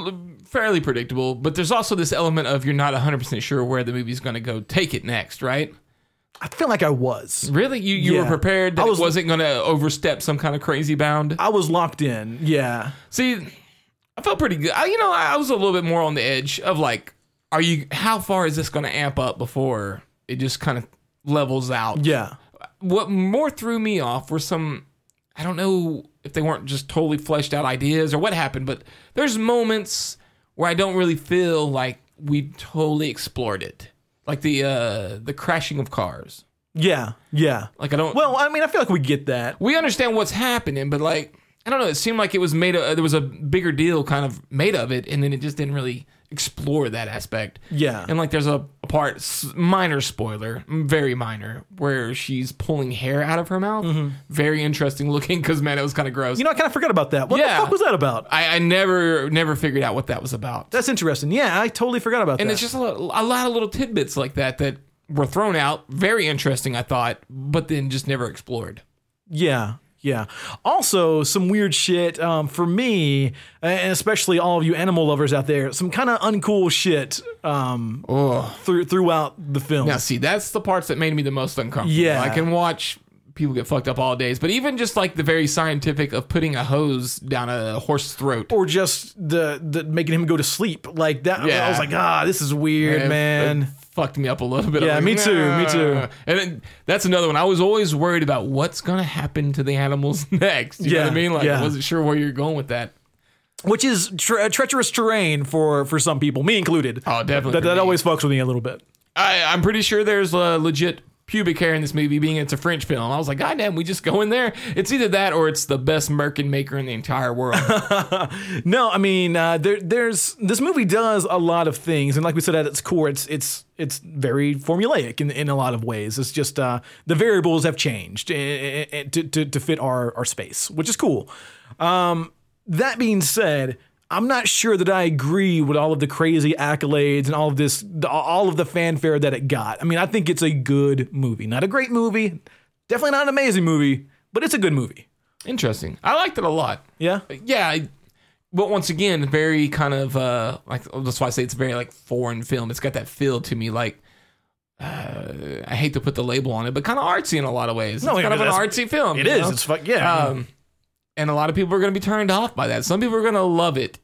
S3: uh, fairly predictable, but there's also this element of you're not 100% sure where the movie's going to go take it next, right?
S2: I feel like I was.
S3: Really? You you
S2: Yeah.
S3: were prepared that
S2: I was-
S3: it wasn't going to overstep some kind of crazy bound?
S2: I was locked in. Yeah.
S3: See, I felt pretty good. I, you know, I I was a little bit more on the edge of like, are you, how far is this going to amp up before it just kind of levels out?
S2: Yeah.
S3: What more threw me off were some, I don't know if they weren't just totally fleshed out ideas or what happened, but there's moments where I don't really feel like we totally explored it. Like the uh the crashing of cars.
S2: Yeah. Yeah.
S3: Like I don't
S2: Well, I mean, I feel like we get that.
S3: we understand what's happening, but like I don't know, it seemed like it was made. A, there was a bigger deal kind of made of it, and then it just didn't really explore that aspect.
S2: Yeah.
S3: and like there's a, a part, s- minor spoiler, very minor, where she's pulling hair out of her mouth. Very interesting looking because man, it was kind of
S2: Mm-hmm.
S3: gross.
S2: You know, I kind of forgot about that. What
S3: Yeah.
S2: the fuck was that about?
S3: I, I never never figured out what that was about,
S2: That's interesting. Yeah, I totally forgot about
S3: and
S2: that.
S3: it's just a lot, a lot of little tidbits like that that were thrown out. Very interesting, I thought, but then just never explored.
S2: Yeah. Yeah. Also, some weird shit um, for me, and especially all of you animal lovers out there, some kind of uncool shit um, through, throughout the film.
S3: Now, see, that's the parts that made me the most uncomfortable.
S2: Yeah.
S3: I can watch people get fucked up all days, but even just like the very scientific of putting a hose down a horse's throat.
S2: Or just the, the making him go to sleep like that. I
S3: Yeah.
S2: was like, ah, this is weird,
S3: it-
S2: man.
S3: it fucked me up a little bit. I'm
S2: Yeah,
S3: like,
S2: me too, me too.
S3: "Nah." And then, that's another one. I was always worried about what's going to happen to the animals next. You know what
S2: Yeah,
S3: I mean? Like,
S2: yeah.
S3: I wasn't sure where you're going with that.
S2: which is tre- treacherous terrain for for some people, me included.
S3: Oh, definitely
S2: That,
S3: for
S2: that
S3: me.
S2: always fucks with me a little bit.
S3: I, I'm pretty sure there's uh, legit pubic hair in this movie, being it's a French film. I was like, God damn, we just go in there. It's either that or it's the best merkin maker in the entire world.
S2: No, I mean, uh, there, there's this movie does a lot of things, and like we said at its core, it's it's it's very formulaic in in a lot of ways. It's just uh, the variables have changed eh, eh, eh, to, to to fit our our space, which is cool. Um, that being said. I'm not sure that I agree with all of the crazy accolades and all of this, the, all of the fanfare that it got. I mean, I think it's a good movie, not a great movie, definitely not an amazing movie, but it's a good movie.
S3: Interesting. I liked it a lot.
S2: Yeah,
S3: Yeah, I, but once again, very kind of uh like that's why I say it's very like foreign film. It's got that feel to me like uh, I hate to put the label on it, but kind of artsy in a lot of ways.
S2: No,
S3: it's
S2: I
S3: kind
S2: mean,
S3: of an
S2: that's-
S3: artsy film.
S2: it
S3: you
S2: is.
S3: know?
S2: It's fuck yeah.
S3: um, and a lot of people are going to be turned off by that. Some people are going to love it.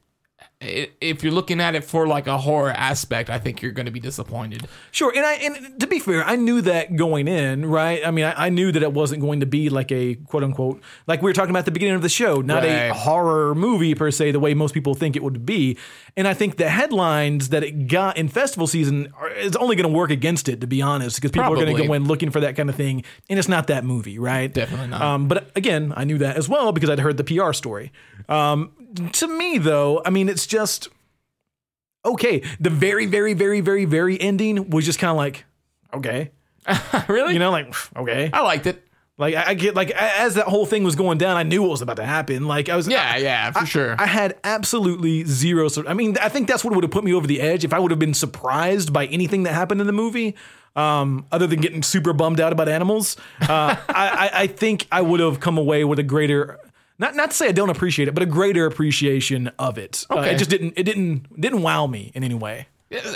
S3: I- If you're looking at it for like a horror aspect, I think you're going to be disappointed.
S2: Sure, and I and to be fair, I knew that going in, right? I mean, I, I knew that it wasn't going to be like a quote unquote like we were talking about at the beginning of the show, not a
S3: Right.
S2: horror movie per se, the way most people think it would be. And I think the headlines that it got in festival season are, is only going to work against it, to be honest, because people are going to
S3: Probably.
S2: go in looking for that kind of thing, and it's not that movie, right?
S3: Definitely not.
S2: Um, but again, I knew that as well because I'd heard the PR story. Um, to me, though, I mean, it's just okay. The very, very, very, very, very ending was just kind of like, okay,
S3: really?
S2: you know, like okay.
S3: I liked it.
S2: Like I, I get like a- as that whole thing was going down, I knew what was about to happen. Like I was
S3: Yeah, yeah, for
S2: I-
S3: sure.
S2: I had absolutely zero. sur- I mean, I think that's what would have put me over the edge if I would have been surprised by anything that happened in the movie, um, other than getting super bummed out about animals. Uh, I, I, I think I would have come away with a greater. Not, not to say I don't appreciate it, but a greater appreciation of it. Uh,
S3: Okay.
S2: it just didn't it didn't didn't wow me in any way.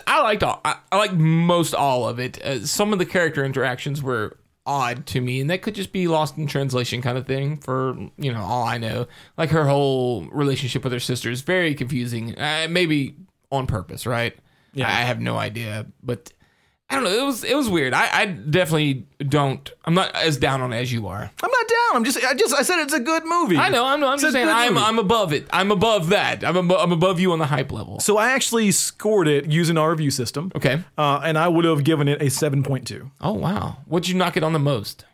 S3: I liked all. I, I like most all of it. Uh, some of the character interactions were odd to me, and that could just be lost in translation kind of thing. For you know, all I know, like her whole relationship with her sister is very confusing. Uh, maybe on purpose, right? Yeah, I have no idea, but I don't know. It was it was weird. I, I definitely don't. I'm not as down on it as you are.
S2: I'm not down. I'm just I just I said it's a good movie.
S3: I know. I'm, I'm
S2: It's
S3: just
S2: a
S3: saying.
S2: good
S3: I'm
S2: movie.
S3: I'm above it. I'm above that. I'm abo- I'm above you on the hype level.
S2: So I actually scored it using our review system.
S3: Okay.
S2: Uh, and I would have given it a 7.2.
S3: Oh wow. What'd you knock it on the most?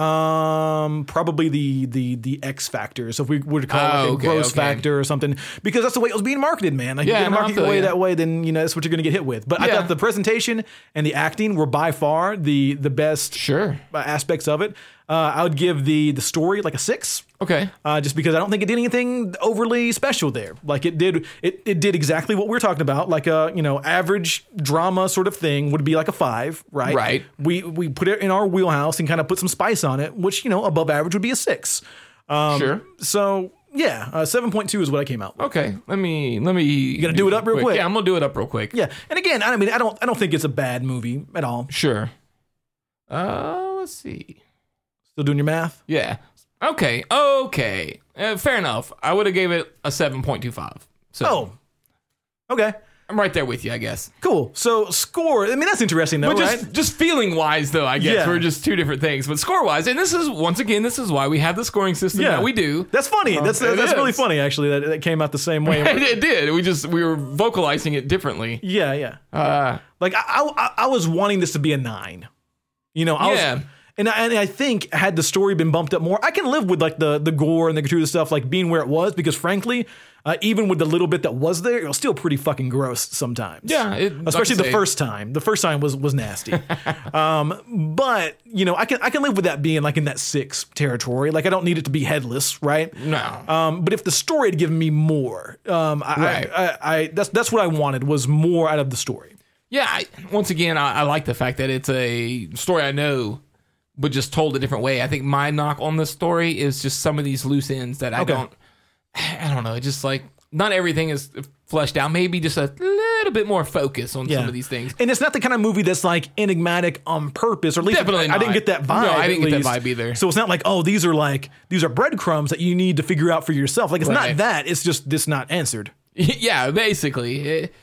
S2: Um, probably the the the X factor. So if we were to call it
S3: Oh,
S2: like a
S3: okay,
S2: gross
S3: okay.
S2: factor or something, because that's the way it was being marketed, man. Like,
S3: Yeah,
S2: you're
S3: no,
S2: gonna
S3: I
S2: market
S3: feel
S2: your way
S3: ya.
S2: that way, then you know that's what you're gonna get hit with. But I
S3: Yeah.
S2: thought the presentation and the acting were by far the the best
S3: Sure.
S2: uh, aspects of it. Uh, I would give the the story like a six.
S3: Okay.
S2: Uh, just because I don't think it did anything overly special there. Like it did, it, it did exactly what we are talking about. Like a you know average drama sort of thing would be like a five, right?
S3: Right.
S2: We we put it in our wheelhouse and kind of put some spice on it, which you know above average would be a six.
S3: sure.
S2: So yeah, uh, seven point two is what I came out. with.
S3: Okay. Let me let me. You
S2: gotta do it up real quick.
S3: Yeah, I'm gonna do it up real quick.
S2: Yeah, and again, I mean, I don't I don't think it's a bad movie at all.
S3: Sure. Uh, let's see.
S2: Still doing your math?
S3: Yeah. Okay. Okay. Uh, fair enough. I would have gave it a seven point two five. So
S2: Oh, okay,
S3: I'm right there with you, I guess.
S2: cool. So score. I mean, that's interesting though,
S3: But
S2: right?
S3: just just feeling wise, though, I guess
S2: Yeah.
S3: we're just two different things. But score wise, and this is once again, this is why we have the scoring system that we do. Uh,
S2: That's funny. that's
S3: it
S2: that's really
S3: is.
S2: funny actually. That that came out the same way.
S3: it, it did. We just we were vocalizing it differently.
S2: Yeah, yeah.
S3: Uh,
S2: Like I, I, I was wanting this to be a nine. You know, I
S3: Yeah.
S2: was, and I, and I think had the story been bumped up more, I can live with like the the gore and the gratuitous stuff like being where it was because frankly, uh, even with the little bit that was there, it was still pretty fucking gross sometimes.
S3: Yeah, it- like
S2: especially
S3: I
S2: the
S3: say-
S2: first time. The first time was was nasty. um, but you know, I can I can live with that being like in that six territory. Like I don't need it to be headless, right?
S3: no.
S2: Um, but if the story had given me more, um, I,
S3: Right.
S2: I, I, I that's that's what I wanted was more out of the story.
S3: Yeah, I, once again, I, I like the fact that it's a story I know, but just told a different way. I think my knock on this story is just some of these loose ends that I
S2: Okay.
S3: don't, I don't know. It's just like not everything is fleshed out. Maybe just a little bit more focus on some of these things.
S2: And it's not the kind of movie that's like enigmatic on purpose, or at least
S3: Definitely
S2: I, I didn't
S3: not.
S2: get that
S3: No,
S2: vibe.
S3: I didn't
S2: at
S3: get that
S2: least.
S3: vibe either.
S2: So it's not like, oh, these are like these are breadcrumbs that you need to figure out for yourself. Like it's
S3: Right.
S2: not that. It's just this not answered.
S3: yeah, basically, it,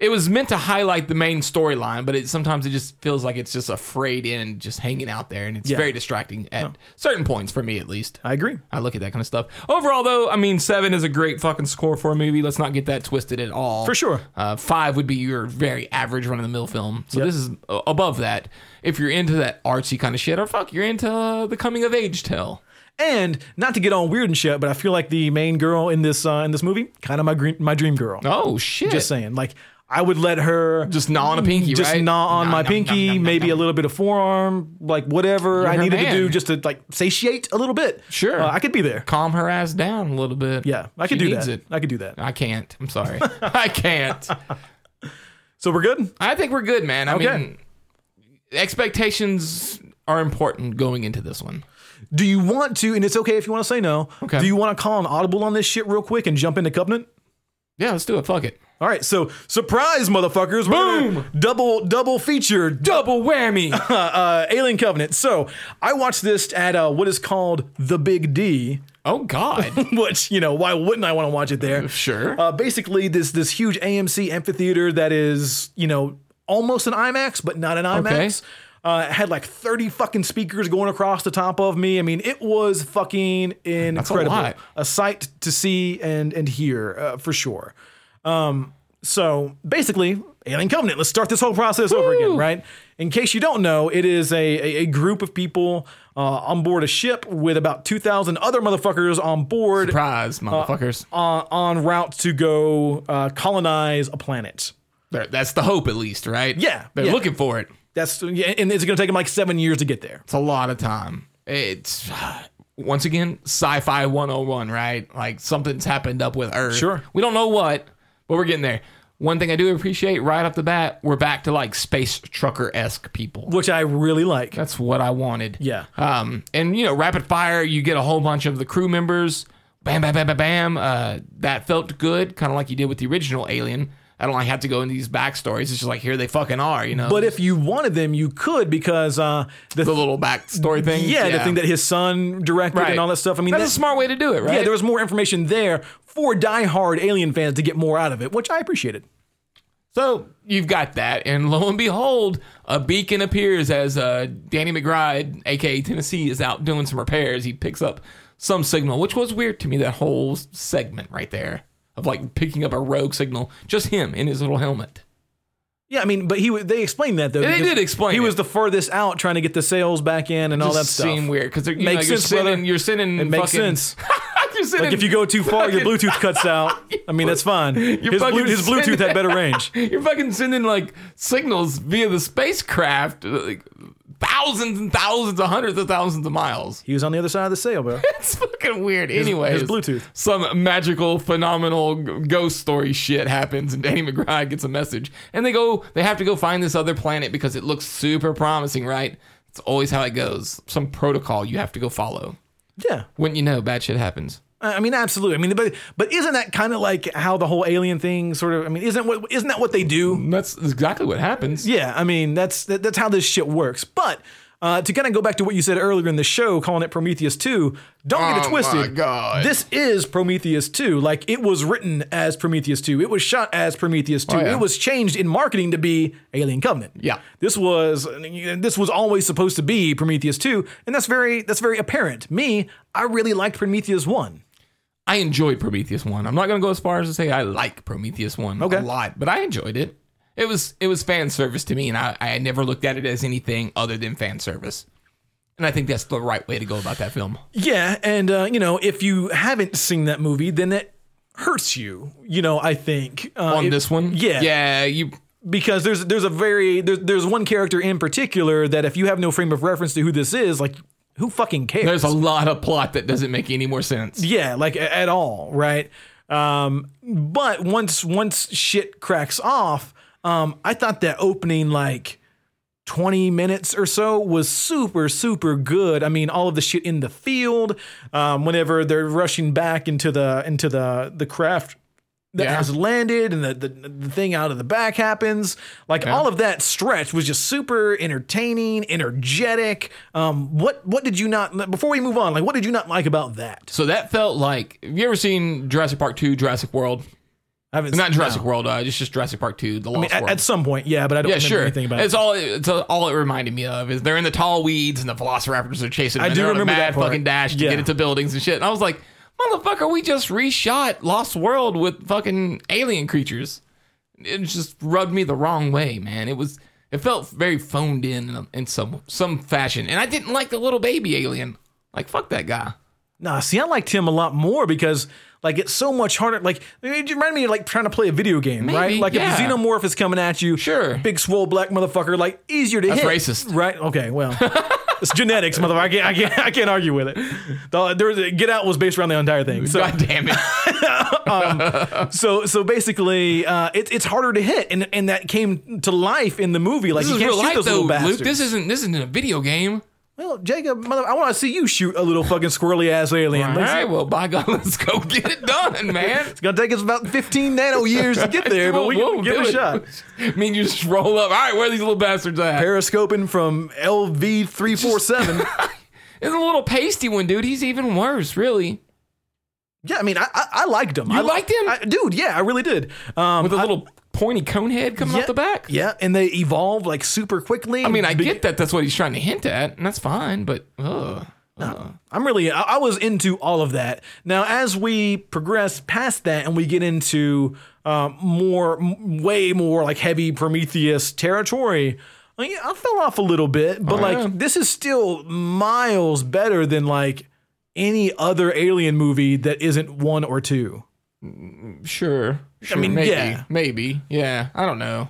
S3: it was meant to highlight the main storyline, but it sometimes it just feels like it's just a frayed end, just hanging out there, and it's
S2: Yeah.
S3: very distracting at certain points for me, at least.
S2: I agree.
S3: I look at that kind of stuff. Overall, though, I mean, seven is a great fucking score for a movie. Let's not get that twisted at all.
S2: For sure.
S3: Uh, five would be your very average run of the mill film. So
S2: Yep.
S3: this is uh, above that. If you're into that artsy kind of shit, or fuck, you're into uh, the coming of age tale.
S2: And not to get all weird and shit, but I feel like the main girl in this uh, in this movie, kind of my green, my dream girl.
S3: Oh, shit.
S2: Just saying, like I would let her
S3: Just gnaw on a pinky,
S2: just
S3: right?
S2: gnaw on
S3: Nom,
S2: my
S3: nom,
S2: pinky,
S3: nom, nom,
S2: maybe
S3: nom.
S2: a little bit of forearm, like whatever I
S3: her
S2: needed
S3: man.
S2: to do just to like satiate a little bit.
S3: Sure.
S2: Uh, I could be there.
S3: Calm her ass down a little bit.
S2: Yeah, I could
S3: She
S2: do
S3: needs
S2: that.
S3: it.
S2: I could do that.
S3: I can't. I'm sorry. I can't.
S2: So we're good.
S3: I think we're good, man. I
S2: Okay.
S3: mean, expectations are important going into this one.
S2: Do you want to? And it's okay if you want to say no.
S3: Okay.
S2: Do you want to call an audible on this shit real quick and jump into Covenant?
S3: Yeah, let's do it. Fuck it.
S2: All right. So surprise, motherfuckers! We're gonna Double double feature.
S3: Double whammy.
S2: uh, Alien Covenant. So I watched this at uh, what is called the Big D,
S3: Oh God.
S2: which you know why wouldn't I want to watch it there?
S3: Sure.
S2: Uh, basically, this this huge AMC amphitheater that is you know almost an IMAX, but not an IMAX. Uh, it had like 30 fucking speakers going across the top of me. I mean, it was fucking incredible.
S3: lot.
S2: a sight to see and and hear uh, for sure. Um, So basically, Alien Covenant. Let's start this whole process over again, right? In case you don't know, it is a, a, a group of people uh, on board a ship with about 2,000 other motherfuckers on board uh,
S3: Surprise, motherfuckers.
S2: on route to go uh, colonize a planet.
S3: They're- that's the hope, at least, right?
S2: Yeah,
S3: They're
S2: yeah.
S3: looking for it.
S2: That's yeah, and it's going to take them like seven years to get there.
S3: It's a lot of time. it's once again sci-fi 101, right? Like something's happened up with Earth.
S2: Sure.
S3: We don't know what, but we're getting there. One thing I do appreciate right off the bat, we're back to like space trucker esque people.
S2: which I really like.
S3: That's what I wanted.
S2: Yeah.
S3: Um, and you know, rapid fire, you get a whole bunch of the crew members. Bam, bam, bam, bam, bam. Uh, that felt good, kind of like you did with the original Alien. I don't like have to go into these backstories. It's just like here they fucking are, you know.
S2: But if you wanted them, you could because uh, the,
S3: the little backstory thing,
S2: yeah, the thing that his son directed
S3: Right.
S2: and all that stuff. I mean,
S3: that's a
S2: that-
S3: smart way to do it, right?
S2: yeah, there was more information there for diehard Alien fans to get more out of it, which I appreciated.
S3: So you've got that, and lo and behold, a beacon appears as uh, Danny McBride, aka Tennessee, is out doing some repairs. He picks up some signal, which was weird to me. That whole segment right there of like picking up a rogue signal, just him in his little helmet.
S2: Yeah, I mean, but he wa- they explained that though.
S3: They
S2: because
S3: did explain
S2: he
S3: it.
S2: was the furthest out trying to get the sales back in and all that
S3: Just
S2: stuff.
S3: seemed weird because you
S2: Makes
S3: know, you're
S2: sense,
S3: sending,
S2: brother.
S3: you're sending.
S2: It makes
S3: fucking-
S2: sense.
S3: you're sending,
S2: Like if you go too far, your
S3: fucking-
S2: Bluetooth cuts out. I mean, that's fine. His,
S3: fucking
S2: Blu- his Bluetooth
S3: sending-
S2: had better range.
S3: You're fucking sending like signals via the spacecraft, uh, like thousands and thousands, of hundreds of thousands of miles.
S2: He was on the other side of the sale, bro.
S3: It's fucking weird. Anyway,
S2: his Bluetooth.
S3: Some magical, phenomenal g- ghost story shit happens, and Danny McBride gets a message, and they go. They have to go find this other planet because it looks super promising, right? It's always how it goes. Some protocol you have to go follow.
S2: Yeah,
S3: Wouldn't you know? Bad shit happens.
S2: I I mean, absolutely. I mean, but but isn't that kind of like how the whole alien thing sort of? I mean, isn't what isn't that what they do?
S3: And that's exactly what happens.
S2: Yeah, I mean, that's that, that's how this shit works. But uh, to kind of go back to what you said earlier in the show, calling it Prometheus two, don't get it
S3: Oh my
S2: twisted.
S3: God.
S2: This is Prometheus two. Like it was written as Prometheus two. It was shot as Prometheus two.
S3: Oh, yeah.
S2: It was changed in marketing to be Alien Covenant.
S3: Yeah.
S2: this was this was always supposed to be Prometheus two, and that's very that's very apparent. Me, I really liked Prometheus one.
S3: I enjoyed Prometheus one. I'm not gonna go as far as to say I like Prometheus one
S2: Okay.
S3: a lot, but I enjoyed it. It was it was fan service to me, and I, I never looked at it as anything other than fan service. And I think that's the right way to go about that film.
S2: Yeah, and uh, you know, if you haven't seen that movie, then it hurts you. You know, I think uh,
S3: On
S2: it-
S3: this one,
S2: yeah,
S3: yeah, you
S2: because there's there's a very there's, there's one character in particular that if you have no frame of reference to who this is, like who fucking cares?
S3: there's a lot of plot that doesn't make any more sense.
S2: yeah, like a- at all, right? Um, but once once shit cracks off, um, I thought that opening like. 20 minutes or so was super, super good. I mean, all of the shit in the field, um, whenever they're rushing back into the into the the craft that
S3: Yeah.
S2: has landed and the, the the thing out of the back happens. Like all of that stretch was just super entertaining, energetic. Um, what what did you not before we move on, like what did you not like about that?
S3: So that felt like have you ever seen Jurassic Park two, Jurassic World?
S2: I haven't
S3: Not
S2: seen-
S3: Jurassic World, uh, it's just Jurassic Park two, the Lost
S2: no. at,
S3: World.
S2: at some point, yeah, but I don't
S3: yeah,
S2: remember
S3: sure.
S2: anything about
S3: it's
S2: it.
S3: all it's all it reminded me of is they're in the tall weeds and the velociraptors are chasing. Them
S2: I
S3: and
S2: do
S3: they're on a
S2: remember
S3: mad
S2: that part.
S3: fucking dash to
S2: Yeah.
S3: get into buildings and shit. And I was like, motherfucker, we just reshot Lost World with fucking alien creatures. It just rubbed me the wrong way, man. It was it felt very phoned in in, in some some fashion, and I didn't like the little baby alien. Like fuck that guy.
S2: Nah, see, I liked him a lot more because like it's so much harder. Like it reminded me of like trying to play a video game, right? Like
S3: yeah.
S2: if the xenomorph is coming at you,
S3: Sure.
S2: big swole black motherfucker, like easier to
S3: That's
S2: hit.
S3: racist.
S2: right? Okay, well. It's genetics, motherfucker. I can't, I can't, I can't argue with it. The, there was a- Get Out was based around the entire thing. So,
S3: God damn it.
S2: so, so basically, uh, it's it's harder to hit, and and that came to life in the movie. Like
S3: This
S2: you
S3: is
S2: can't
S3: real
S2: shoot
S3: life
S2: those
S3: though,
S2: little bastards.
S3: Luke. This isn't this isn't a video game.
S2: well, Jacob, mother, I want to see you shoot a little fucking squirrely ass alien.
S3: All
S2: Let's-
S3: right, well, by God, let's go get it done, man.
S2: It's gonna take us about fifteen nano years to get there, but we can give it a shot.
S3: I mean, you just roll up. All right, where are these little bastards at?
S2: periscoping from LV three four seven.
S3: And the little pasty one, dude. He's even worse, really.
S2: Yeah, I mean, I I, I liked him. I
S3: liked him?
S2: I, dude. Yeah, I really did. Um,
S3: With a
S2: I-
S3: little pointy cone head coming
S2: yeah,
S3: out the back.
S2: Yeah, and they evolved like super quickly.
S3: I mean, I get that. That's what he's trying to hint at, and that's fine. But ugh.
S2: I'm really, I, I was into all of that. Now, as we progress past that and we get into um, more, m- way more like heavy Prometheus territory, I, mean, I fell off a little bit, but like
S3: yeah.
S2: this is still miles better than like any other alien movie that isn't one or two.
S3: sure, sure.
S2: mean,
S3: maybe,
S2: yeah.
S3: maybe, yeah. I don't know.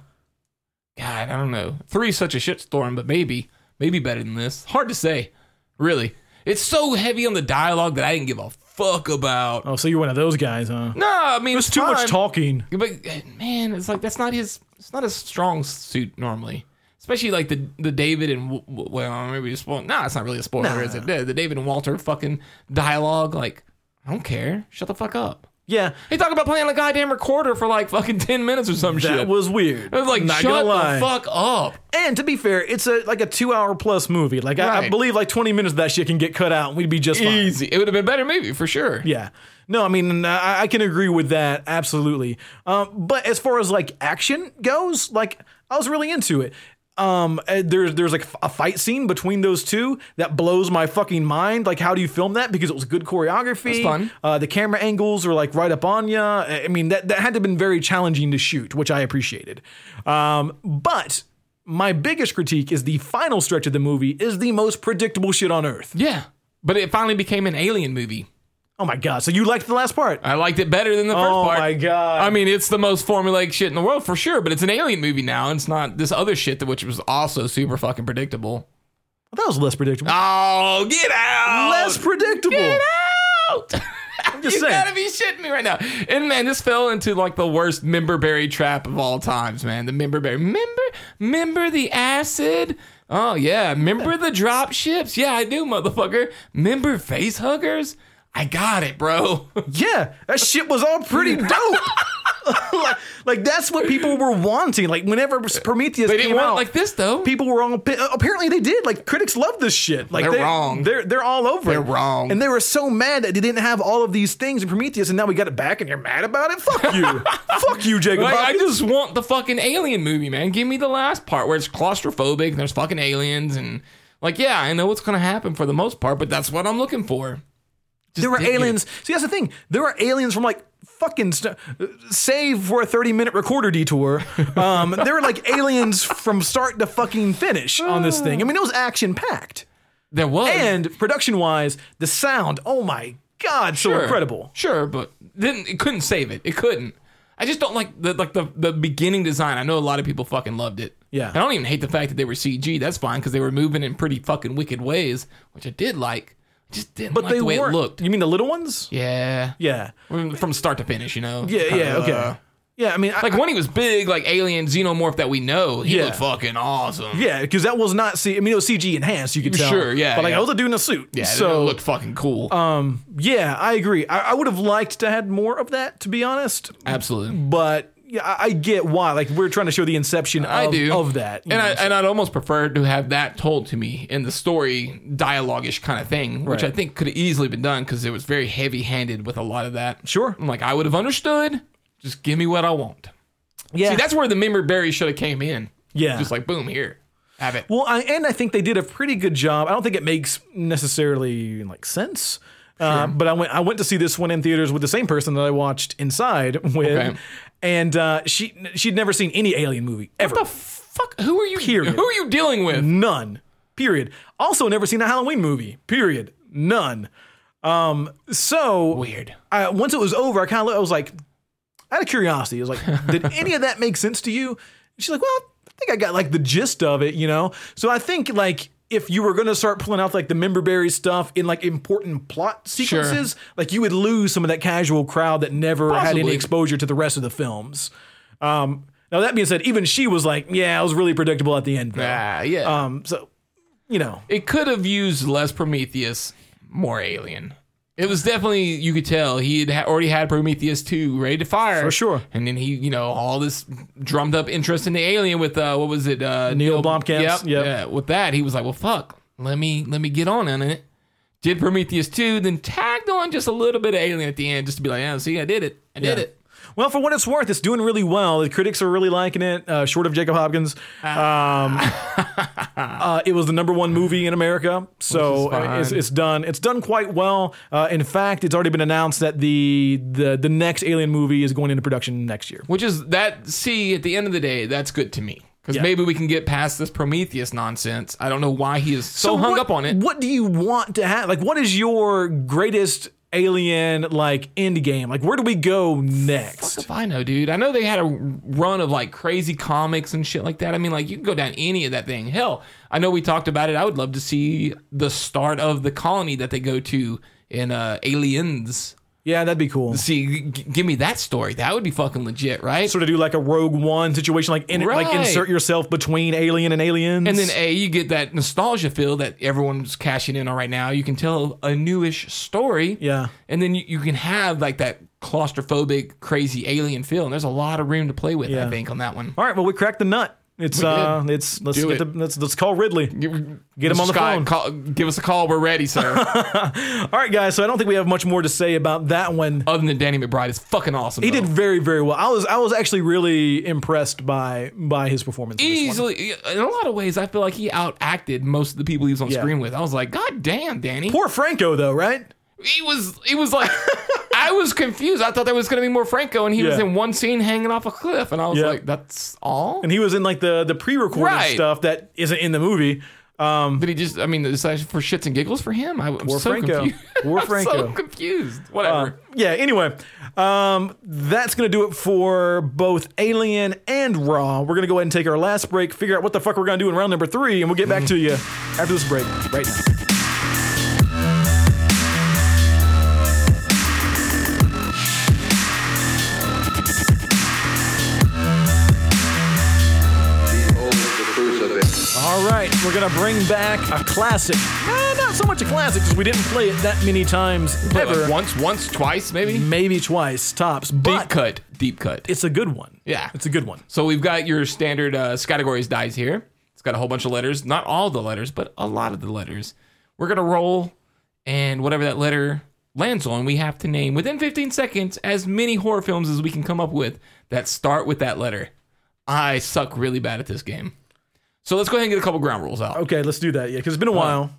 S3: God, I don't know. Three's such a shitstorm, but maybe, maybe better than this. Hard to say, really. It's so heavy on the dialogue that I didn't give a fuck about.
S2: Oh, so you're one of those guys, huh?
S3: No, I mean
S2: There's too much
S3: fine.
S2: talking.
S3: But eh, man, it's like that's not his. It's not his strong suit normally. Especially like the the David and W- W- well maybe a spoiler. Nah, it's not really a spoiler, is it? The, the David and Walter fucking dialogue. Like I don't care. Shut the fuck up.
S2: Yeah,
S3: They talk about playing a goddamn recorder for like fucking ten minutes or some
S2: that
S3: shit.
S2: was weird.
S3: I was like,
S2: Not
S3: shut
S2: gonna lie.
S3: the fuck up.
S2: And to be fair, it's a like a two hour plus movie. Like I, I
S3: Right.
S2: believe like 20 minutes of that shit can get cut out, and we'd be just fine.
S3: Easy. It would have been a better movie for sure.
S2: Yeah. No, I mean, I, I can agree with that absolutely. Um, but as far as like action goes, like I was really into it. Um, uh, there's there's like a fight scene between those two that blows my fucking mind. Like, how do you film that? Because it was good choreography.
S3: fun.
S2: Uh, the camera angles were like right up on you. I I mean, that that had to have been very challenging to shoot, which I appreciated. Um, but my biggest critique is the final stretch of the movie is the most predictable shit on earth.
S3: Yeah. But it finally became an alien movie.
S2: Oh my god! So you liked the last part?
S3: I liked it better than the Uh, first
S2: Oh
S3: part.
S2: my God.
S3: I mean, it's the most formulaic shit in the world for sure, but it's an alien movie now, and it's not this other shit that which was also super fucking predictable.
S2: That was less predictable.
S3: Oh, get out!
S2: less predictable.
S3: get out!
S2: just
S3: you
S2: saying.
S3: gotta be shitting me right now. And man, this fell into like the worst member berry trap of all times, man. The member berry. Member, member the acid. Oh yeah, member the drop ships. Yeah, I do, motherfucker. Member face huggers. I got it, bro.
S2: Yeah, that shit was all pretty dope. like, like, that's what people were wanting. Like whenever Prometheus
S3: They
S2: came
S3: didn't want
S2: out,
S3: it like this though.
S2: people were all pi- uh, apparently they did. Like critics love this shit. Like
S3: They're wrong.
S2: They're they're all over.
S3: They're
S2: it.
S3: wrong.
S2: And they were so mad that they didn't have all of these things in Prometheus, and now we got it back, and you're mad about it. Fuck you. Fuck you, Jacob.
S3: Like, I
S2: Hopkins.
S3: just want the fucking alien movie, man. Give me the last part where it's claustrophobic and there's fucking aliens and like, yeah, I know what's gonna happen for the most part, but that's what I'm looking for. Just
S2: there were
S3: didn't get it.
S2: aliens. See, that's the thing. There are aliens from like fucking st- save for a 30 minute recorder detour. Um, there were like aliens from start to fucking finish on this thing. I mean, it was action packed.
S3: There was
S2: And production wise, the sound, oh my God, so
S3: Sure.
S2: incredible.
S3: Sure, but didn't it couldn't save it. It couldn't. I just don't like the like the the beginning design. I know a lot of people fucking loved it.
S2: Yeah.
S3: I don't even hate the fact that they were CG. That's fine because they were moving in pretty fucking wicked ways, which I did like. I just didn't
S2: But
S3: like
S2: they
S3: the way
S2: weren't.
S3: it looked.
S2: You mean the little ones?
S3: Yeah.
S2: Yeah.
S3: From from start to finish, you know.
S2: Yeah, yeah,
S3: Kinda, uh,
S2: okay. Yeah, I mean, I,
S3: Like when he was big, like alien xenomorph that we know, he
S2: Yeah.
S3: looked fucking awesome.
S2: yeah, because that was not C. I mean, it was CG enhanced. You could tell.
S3: Sure, yeah,
S2: But like,
S3: yeah.
S2: I was a dude in a suit.
S3: Yeah, so
S2: so um,
S3: it looked fucking cool.
S2: yeah, I agree. I, I would have liked to had more of that, to be honest.
S3: Absolutely.
S2: but yeah, I, I get why. Like we're trying to show the inception of,
S3: I do
S2: of that. you
S3: and I
S2: know.
S3: and I'd almost prefer to have that told to me in the story dialogue-ish kind of thing, which
S2: Right.
S3: I think could have easily been done because it was very heavy-handed with a lot of that.
S2: Sure.
S3: I'm like I would have understood. Just give me what I want.
S2: yeah.
S3: See, that's where the member berry should have came in.
S2: Yeah.
S3: just like boom, here, have it.
S2: well, I, and I think they did a pretty good job. I don't think it makes necessarily like sense. Uh, but I went. I went to see this one in theaters with the same person that I watched Inside with,
S3: Okay.
S2: and uh, she she'd never seen any Alien movie ever,
S3: What the fuck? Who are you?
S2: Period.
S3: Who are you dealing with?
S2: none. Period. Also, never seen a Halloween movie. Period. None. Um. So
S3: Weird.
S2: I, once it was over, I kind of I was like, out of curiosity, I was like, did any of that make sense to you? And she's like, well, I think I got like the gist of it, you know. So I think like if you were going to start pulling out like the member berry stuff in like important plot sequences, like you would lose some of that casual crowd that never had any
S3: Possibly.
S2: exposure to the rest of the films. Um, now that being said, even she was like, yeah, it was really predictable at the end. though."
S3: Ah, yeah.
S2: Um, so you know,
S3: it could have used less Prometheus, more Alien. It was definitely you could tell he had ha- already had Prometheus two ready to fire
S2: For sure.
S3: and then he you know all this drummed up interest in the Alien with uh what was it uh
S2: Neil Blomkamp's-
S3: yep,
S2: yep.
S3: yeah with that he was like well fuck let me let me get on in it did Prometheus two then tagged on just a little bit of Alien at the end just to be like yeah see I did it I did
S2: Yeah.
S3: it
S2: Well, for what it's worth, it's doing really well. The critics are really liking it. Uh, short of Jacob Hopkins, um,
S3: Ah.
S2: uh, it was the number one movie in America, so
S3: Which is fine.
S2: it's, it's done. It's done quite well. Uh, in fact, it's already been announced that the the the next Alien movie is going into production next year.
S3: Which is that, see, at the end of the day, that's good to me. Because
S2: Yeah.
S3: maybe we can get past this Prometheus nonsense. I don't know why he is so, hung
S2: what-
S3: up on it.
S2: What do you want to have? Like, what is your greatest Alien like end game? Like where do we go next?
S3: If I know, dude. I know they had a run of like crazy comics and shit like that. I mean, like you can go down any of that thing. Hell, I know we talked about it. I would love to see the start of the colony that they go to in uh, Aliens.
S2: Yeah, that'd be cool.
S3: See, g- give me that story. That would be fucking legit, right?
S2: Sort of do like a Rogue One situation, like in, like
S3: Right.
S2: insert yourself between Alien and Aliens,
S3: And then A, you get that nostalgia feel that everyone's cashing in on right now. You can tell a newish story.
S2: Yeah.
S3: And then you, you can have like that claustrophobic, crazy alien feel. And there's a lot of room to play with,
S2: Yeah.
S3: I think, on that one.
S2: all right, well we cracked the nut. It's uh, it's let's
S3: Do
S2: get
S3: it.
S2: the, let's let's call Ridley.
S3: Get
S2: him on the phone.
S3: Call, give us a call. We're ready, sir.
S2: All right, guys. So I don't think we have much more to say about that one.
S3: Other than Danny McBride is fucking awesome.
S2: He did very very well. I was I was actually really impressed by by his performance. in this one.
S3: easily. In a lot of ways, I feel like he outacted most of the people he was on
S2: Yeah.
S3: screen with. I was like, God damn, Danny.
S2: Poor Franco though, right?
S3: he was he was like I was confused. I thought there was gonna be more Franco, and he was
S2: Yeah.
S3: in one scene hanging off a cliff, and I was
S2: Yeah.
S3: like, "That's all."
S2: And he was in like the the pre-recorded
S3: Right.
S2: stuff that isn't in the movie.
S3: Did he just? I mean, it's actually for shits and giggles for him. I, am
S2: Poor
S3: so
S2: Franco.
S3: confused.
S2: Poor
S3: I'm
S2: Franco.
S3: so confused. Whatever.
S2: Yeah, anyway, um, that's going to do it for both Alien and Raw. We're going to go ahead and take our last break, figure out what the fuck we're going to do in round number three, and we'll get back to you after this break right now.
S1: Behold the crucifix.
S2: All right, we're going to bring back a classic. Eh, not so much a classic because we didn't play it that many times
S3: But
S2: ever.
S3: like once, once, twice, maybe.
S2: Maybe twice tops,
S3: deep
S2: but
S3: cut. Deep cut.
S2: it's a good one.
S3: Yeah.
S2: It's a good one.
S3: So we've got your standard uh, categories dies here. It's got a whole bunch of letters. Not all the letters, but a lot of the letters. We're gonna roll, and whatever that letter lands on, we have to name within 15 seconds as many horror films as we can come up with that start with that letter. I suck really bad at this game. So let's go ahead and get a couple ground rules out.
S2: Okay, let's do that. Yeah, because it's been a while.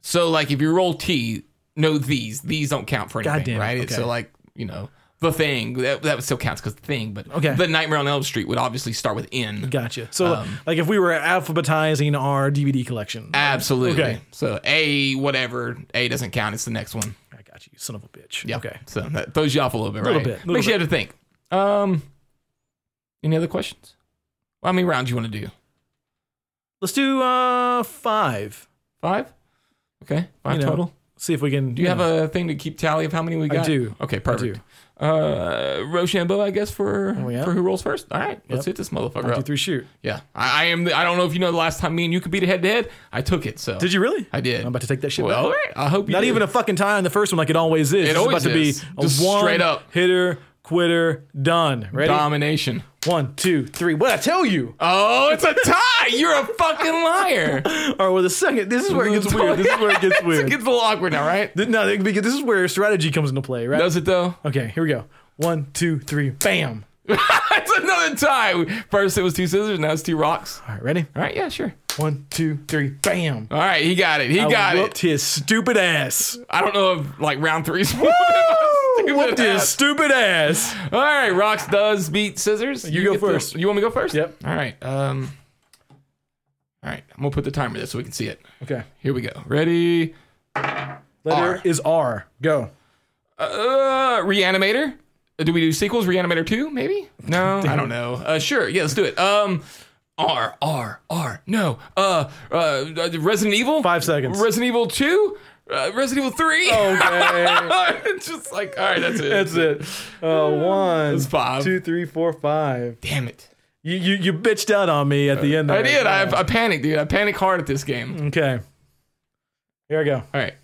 S3: So like if you roll T, no these. These don't count for anything,
S2: Goddamn,
S3: right?
S2: okay.
S3: So like, you know, the thing, that, that still counts because the thing, but
S2: Okay.
S3: the Nightmare on Elm Street would obviously start with N.
S2: Gotcha. So,
S3: Um,
S2: like, if we were alphabetizing our DVD collection,
S3: Absolutely.
S2: Okay.
S3: So A, whatever. A doesn't count. It's the next one.
S2: I got you, son of a bitch.
S3: Yeah.
S2: Okay.
S3: So that throws you off a little bit, right?
S2: Little bit, little
S3: Makes you have to think. Um, any other questions? How many rounds you want to do?
S2: Let's do uh five.
S3: Five? Okay. Five
S2: You know,
S3: total.
S2: See if we can.
S3: Do you have a thing to keep tally of how many we got?
S2: do.
S3: Okay, perfect. Uh, Rochambeau, I guess for
S2: Oh, yeah.
S3: for who rolls first. All right, let's
S2: Yep.
S3: hit this motherfucker
S2: one, two,
S3: up.
S2: three, shoot?
S3: Yeah, I, I am. The, I don't know if you know the last time me and you competed head to head. I took it. So
S2: Did you really?
S3: I did.
S2: I'm about to take that shit.
S3: Well,
S2: back.
S3: all right. I hope you
S2: Not
S3: do.
S2: even a fucking tie on the first one, like it always is. It's
S3: always
S2: about to be
S3: is.
S2: a
S3: Just
S2: one
S3: straight up.
S2: hitter, quitter, done. Ready?
S3: domination.
S2: One, two, three. What I tell you?
S3: Oh, it's a tie. You're a fucking liar.
S2: All right. Well, the second. This is where it
S3: This
S2: gets
S3: is
S2: weird. This is where it gets
S3: it
S2: weird.
S3: gets a little awkward now, right?
S2: Th- No, it- because this is where strategy comes into play, right?
S3: Does it though?
S2: Okay. Here we go. One, two, three. Bam.
S3: it's another tie. First it was two scissors, now it's two rocks.
S2: All right. Ready?
S3: All right, yeah, sure.
S2: One, two, three. Bam.
S3: All right, he got it. He got
S2: I
S3: it.
S2: whooped his stupid ass.
S3: I don't know if like round three's
S2: Woo! Whooped his stupid ass.
S3: All right, rocks does beat scissors.
S2: You go
S3: get the-
S2: first.
S3: you want me to go first?
S2: Yep.
S3: All right. Um. All right, I'm gonna put the timer there so we can see it.
S2: Okay.
S3: Here we go. Ready?
S2: Letter
S3: R.
S2: is R. Go.
S3: Uh, Reanimator. Do we do sequels? Reanimator two, maybe? No, I don't know. Uh, sure. Yeah, let's do it. Um, R R R. No. Uh, uh, Resident Evil.
S2: Five seconds.
S3: Resident Evil two. Uh, Resident Evil three.
S2: Okay.
S3: it's just like all right. That's it.
S2: That's it. Uh, one,
S3: It's five.
S2: two, three, four, five.
S3: Damn it.
S2: You, you you bitched out on me at the end.
S3: Uh, I
S2: there.
S3: did. I, I panicked, dude. I panicked hard at this game.
S2: Okay. Here I go.
S3: All right.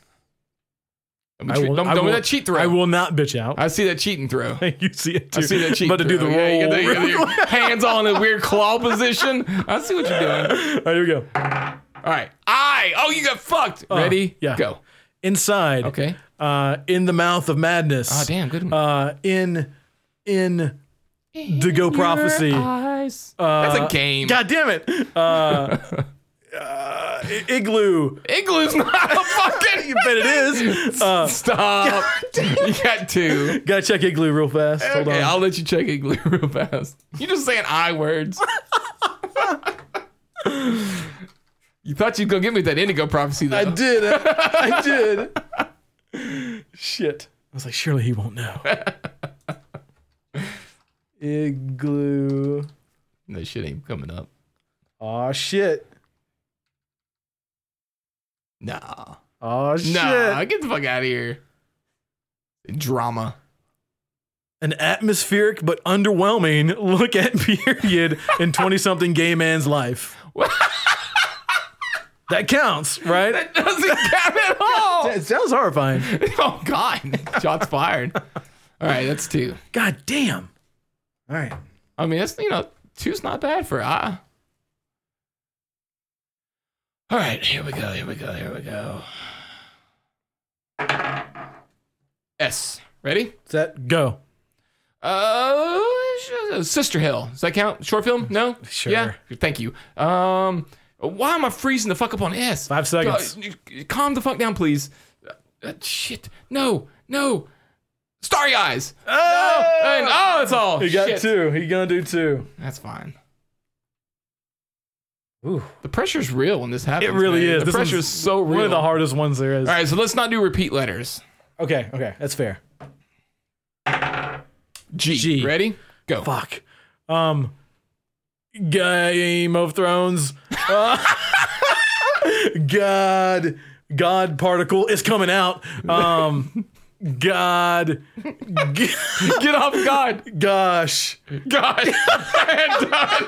S3: Don't be,
S2: I
S3: tre-
S2: will-
S3: don't,
S2: I
S3: don't be
S2: will-
S3: that cheat throw.
S2: I will not bitch out.
S3: I see that cheating throw.
S2: you see it too.
S3: I see that cheating
S2: About to do the
S3: throw.
S2: roll.
S3: Yeah, you get that- you
S2: real
S3: get your
S2: quick.
S3: hands all in a weird claw position. I see what you're doing.
S2: All right, here we go.
S3: All right. I. Oh, you got fucked. Ready?
S2: Uh, yeah.
S3: Go.
S2: Inside.
S3: Okay.
S2: Uh, in the mouth of madness.
S3: Oh, damn. Good one.
S2: Uh, in, in, to go prophecy. Uh,
S3: Eyes. That's a game.
S2: God damn it. Uh, uh, i- igloo.
S3: Igloo's not a fucking.
S2: But it is. Uh,
S3: Stop. you got two.
S2: gotta check igloo real fast. Hold
S3: okay,
S2: on.
S3: I'll let you check Igloo real fast. You're just saying I words. you thought you'd go get me with that Indigo prophecy, though.
S2: I did. I did. Shit. I was like, surely he won't know. Igloo.
S3: That shit ain't coming up.
S2: Aw, shit.
S3: Nah.
S2: Aw, shit.
S3: Nah, get the fuck out of here. Drama.
S2: An atmospheric but underwhelming look at period in 20 something gay man's life. that counts, right?
S3: That doesn't count at all.
S2: It sounds horrifying.
S3: Oh God, shots fired. All right, that's two.
S2: God damn. All right.
S3: I mean, that's you know, two's not bad for ah. All right, here we go. Here we go. Here we go. S. Ready?
S2: Set, go.
S3: Uh, Sister Hill. Does that count? Short film? No.
S2: Sure.
S3: Yeah. Thank you. Um, why am I freezing the fuck up on S?
S2: Five seconds.
S3: Uh, calm the fuck down, please. Uh, shit. No. No. Starry eyes. Oh, and oh, that's all.
S2: He got
S3: Shit.
S2: two. He gonna do two.
S3: That's fine.
S2: Ooh.
S3: The pressure's real when this happens.
S2: It really
S3: man.
S2: is.
S3: The
S2: This
S3: pressure's
S2: one's
S3: so real.
S2: One of the hardest ones there is.
S3: all right, so let's not do repeat letters.
S2: Okay, okay, that's fair.
S3: G.
S2: G.
S3: Ready? Go.
S2: Fuck. Um, Game of Thrones. Uh, God, God particle is coming out. Um, God, g-
S3: Get off God.
S2: gosh,
S3: God. And, uh,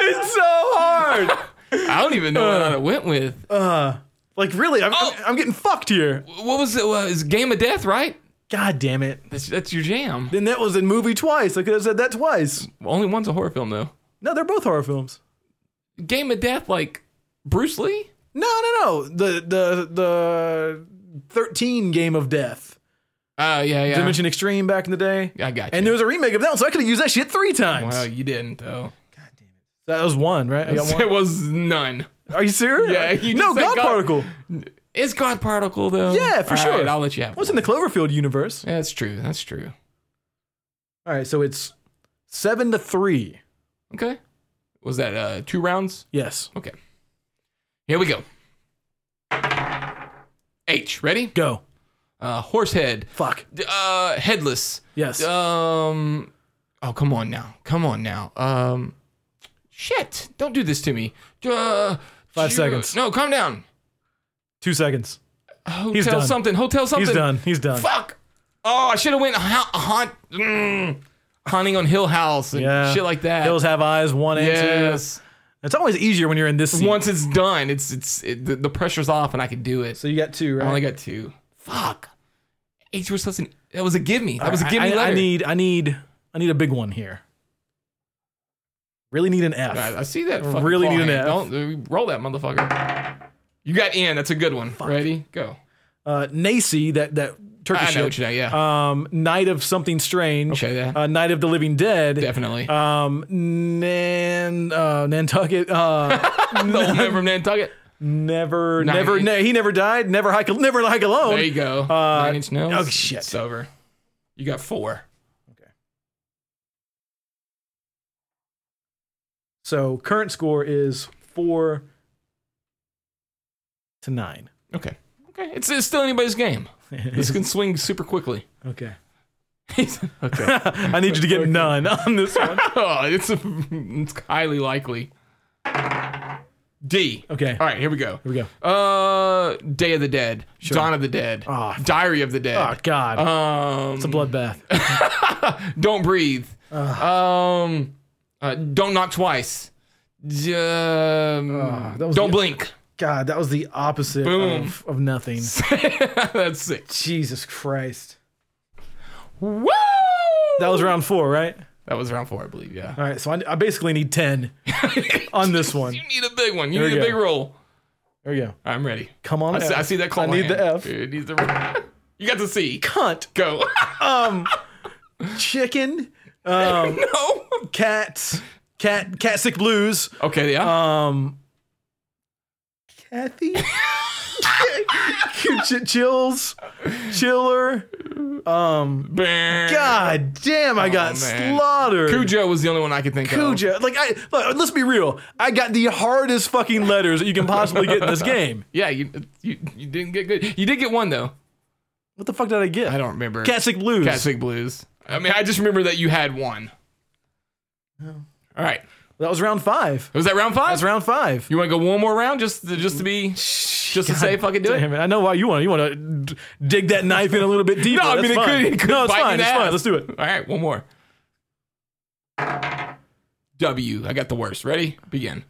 S2: it's so hard.
S3: I don't even know what I went with.
S2: Uh, like really, I'm, I'm, I'm getting fucked here.
S3: what was it? Well, it was Game of Death, right?
S2: God damn it.
S3: That's that's your jam.
S2: Then that was in movie twice. I could have said that twice.
S3: Only one's a horror film though.
S2: No, they're both horror films.
S3: Game of Death, like Bruce Lee.
S2: No, no, no. The the the thirteen Game of Death.
S3: Oh yeah, yeah.
S2: Dimension Extreme back in the day.
S3: I got you.
S2: And there was a remake of that one, so I could have used that shit three times.
S3: well, you didn't though.
S2: That was one, right? I got one.
S3: It was none.
S2: Are you serious?
S3: Yeah, you
S2: no,
S3: just said
S2: God,
S3: God-
S2: Particle.
S3: It's God Particle though.
S2: Yeah, for
S3: All
S2: sure.
S3: right, I'll let you have.
S2: What's
S3: one.
S2: in the Cloverfield universe?
S3: Yeah, that's true. That's true.
S2: All right, so it's seven to three.
S3: Okay. Was that uh two rounds?
S2: Yes.
S3: Okay. Here we go. H. Ready?
S2: Go.
S3: Uh, horsehead.
S2: Fuck.
S3: D- Uh, headless.
S2: Yes.
S3: Um. Oh, come on now. Come on now. Um. Shit! Don't do this to me. Uh,
S2: Five
S3: ju-
S2: seconds.
S3: No, calm down.
S2: Two seconds.
S3: Hotel
S2: done.
S3: something. Hotel something.
S2: He's done. He's done.
S3: Fuck. Oh, I should have went ha- haunt. Mm, haunting on Hill House and
S2: Yeah.
S3: shit like that.
S2: Hills have eyes. One and two.
S3: yes.
S2: It's always easier when you're in this. Seat.
S3: Once it's done, it's it's it, the, the pressure's off and I can do it.
S2: So you got two, right?
S3: I only got two. Fuck. H was such an. That was a give me. That was a
S2: I-
S3: give me
S2: I,
S3: letter.
S2: I need, I need, I need a big one here. Really need an F.
S3: I, I see that. Fucking
S2: Really
S3: claw
S2: need an
S3: hand.
S2: F.
S3: Don't uh, roll that motherfucker. You got in. That's a good one. Ready? Go.
S2: Uh, Nacy, that that Turkish
S3: I know what
S2: shit.
S3: you know. Yeah.
S2: Um, Night of something strange.
S3: Okay, yeah.
S2: Uh, Night of the Living Dead.
S3: Definitely.
S2: Um, Nan, uh, Nantucket. Uh,
S3: the old man from Nantucket.
S2: never,
S3: Nine
S2: never.
S3: Inch-
S2: Ne- he never died. Never hike. Never hike alone.
S3: There you go. Nine inch nails.
S2: oh, shit.
S3: It's over. You got four.
S2: So current score is four to nine.
S3: Okay. Okay. It's, it's still anybody's game. This can swing super quickly.
S2: okay.
S3: okay.
S2: I need you to get none on this one.
S3: oh, it's, it's highly likely. D.
S2: Okay.
S3: All right. Here we go.
S2: Here we go.
S3: Uh, Day of the Dead, Dawn of the Dead,
S2: Ah, f-
S3: Diary of the
S2: Oh
S3: Dead.
S2: God.
S3: um,
S2: it's a bloodbath.
S3: Don't breathe.
S2: Ah.
S3: Um, uh, don't knock twice. D- um,
S2: Ah, that was
S3: don't
S2: the-
S3: blink.
S2: God, that was the opposite
S3: Boom.
S2: of, of nothing.
S3: That's it.
S2: Jesus Christ.
S3: Woo!
S2: That was round four, right?
S3: That was round four, I believe. Yeah.
S2: All right, so I, I basically need 10 on this one.
S3: You need a big one. You
S2: Here we
S3: need a
S2: go.
S3: big roll.
S2: There we go.
S3: I'm ready.
S2: Come on,
S3: I see,
S2: F.
S3: I see that call.
S2: I
S3: my
S2: need the
S3: hand.
S2: F.
S3: It needs the- you got the C.
S2: Cunt,
S3: Go.
S2: chicken, um,
S3: no.
S2: cat, cat, cat sick blues,
S3: Okay. Yeah.
S2: um, Kathy, Ch- chills, chiller. Um, God damn, I got
S3: Oh, man.
S2: slaughtered.
S3: Cujo was the only one I could think of.
S2: Cujo. Like, I, look, let's be real. I got the hardest fucking letters that you can possibly get in this game.
S3: Yeah, you, you you didn't get good. You did get one though.
S2: What the fuck did I get?
S3: I don't remember.
S2: Catholic Blues.
S3: Catholic Blues. I mean, I just remember that you had one. All right.
S2: That was round five.
S3: Was that round five?
S2: Oh. That's round Mm-hmm. five.
S3: You want to go one more round just to, just to be just to say fucking do it?
S2: Damn it. I know why you want. You want to d- dig that knife in a little bit deeper.
S3: No, I
S2: That's
S3: mean, it
S2: fine.
S3: could- it could
S2: no, it's
S3: bite me
S2: fine.
S3: in the
S2: It's fine.
S3: ass. Oh
S2: Let's do it.
S3: All right, one more. W. I got the worst. Ready? Begin.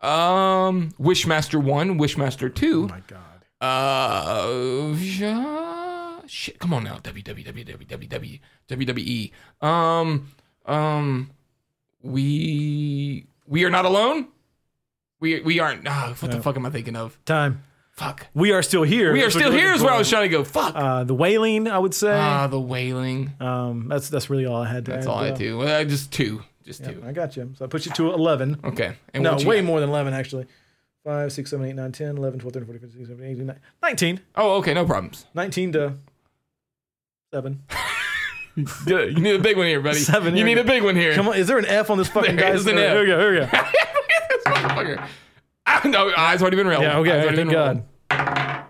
S3: Um, Wishmaster one, Wishmaster two.
S2: My God.
S3: Uh, yeah. shit. Come on now. WWWWW WWE. E. Um, um, we we are not alone. We we aren't. ah, what the fuck am I thinking of?
S2: Time.
S3: Fuck.
S2: We are still here.
S3: We are
S2: That's what
S3: still
S2: we're
S3: here. Is
S2: looking
S3: where I
S2: for.
S3: was trying to go. Fuck.
S2: Uh, the wailing, I would say.
S3: Ah, the wailing.
S2: um, that's that's really all I had. To
S3: That's
S2: add,
S3: all I
S2: uh,
S3: do. Well, I just two. Just two.
S2: I got you. So I put you to eleven.
S3: Okay. And
S2: No,
S3: what you
S2: way
S3: got?
S2: more than eleven actually. 5, 6, 7, 8, 9, 10, 11, 12, 13, 14, 15, 16, 17, 18, 19. 19.
S3: Oh, okay. No problems.
S2: 19 to 7.
S3: Get it. You need a big one here, buddy.
S2: Seven,
S3: You
S2: here we
S3: need a
S2: go.
S3: big one here.
S2: Come on, is there an F on this fucking
S3: There
S2: guy's?
S3: is an F.
S2: Here we go, here we go.
S3: this motherfucker. Ah, no, ah, it's already been rolled.
S2: Yeah,
S3: It's
S2: okay,
S3: already
S2: thank
S3: been rolled.
S2: God.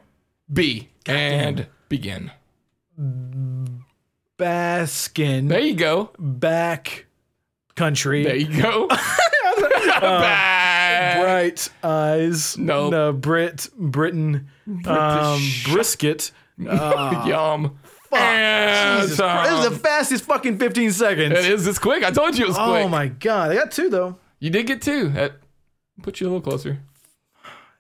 S3: B and begin.
S2: Baskin.
S3: There you go.
S2: back
S3: There
S2: country.
S3: you go. Back.
S2: Bright eyes.
S3: Nope.
S2: No. Brit. Britain. Um, brisket.
S3: Yum. Fuck.
S2: Jesus Christ. This is the fastest fucking 15 seconds.
S3: uh, it is this quick. I told you it was
S2: Oh
S3: quick.
S2: my God. I got two, though.
S3: You did get two. That put you a little closer.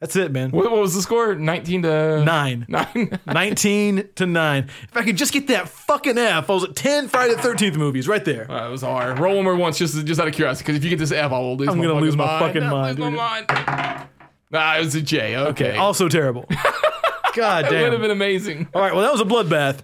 S2: That's it, man.
S3: What, what was the score? 19 to
S2: Nine.
S3: 9.
S2: 19 to 9. If I could just get that fucking F, I was at 10 Friday the 13th movies right there.
S3: That Uh, was hard. Roll one more once, just just out of curiosity, because if you get this F, I will lose.
S2: I'm
S3: my
S2: gonna lose my
S3: fucking
S2: fucking
S3: mind. I'll lose my mind. Nah, it was a J. Okay,
S2: Okay. Also terrible. God
S3: it would have
S2: damn.
S3: been amazing.
S2: All right. Well, that was a bloodbath.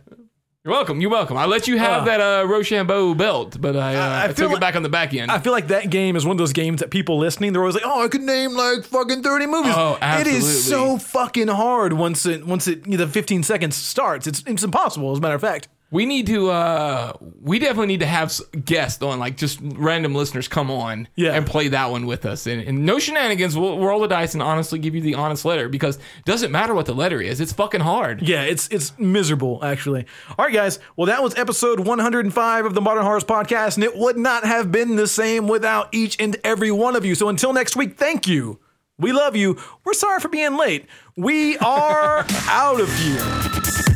S3: You're welcome. You're welcome. I let you have
S2: Uh.
S3: that uh, Rochambeau belt, but I, uh,
S2: I
S3: I,
S2: feel
S3: took
S2: like-
S3: it back on the back end.
S2: I feel like that game is one of those games that people listening, they're always like, "Oh, I could name like fucking thirty movies."
S3: Oh,
S2: It
S3: absolutely.
S2: is so fucking hard once it once it you know, the fifteen seconds starts. It's it's impossible. As a matter of fact,
S3: we need to. Uh, we definitely need to have s- guests on, like just random listeners come on
S2: Yeah.
S3: and play that one with us. And, and no shenanigans. We'll roll the dice and honestly give you the honest letter because it doesn't matter what the letter is. It's fucking hard.
S2: yeah, it's it's miserable actually. All right, guys. Well, that was episode one hundred and five of the Modern Horrors Podcast, and it would not have been the same without each and every one of you. So until next week, thank you. We love you. We're sorry for being late. We are out of here.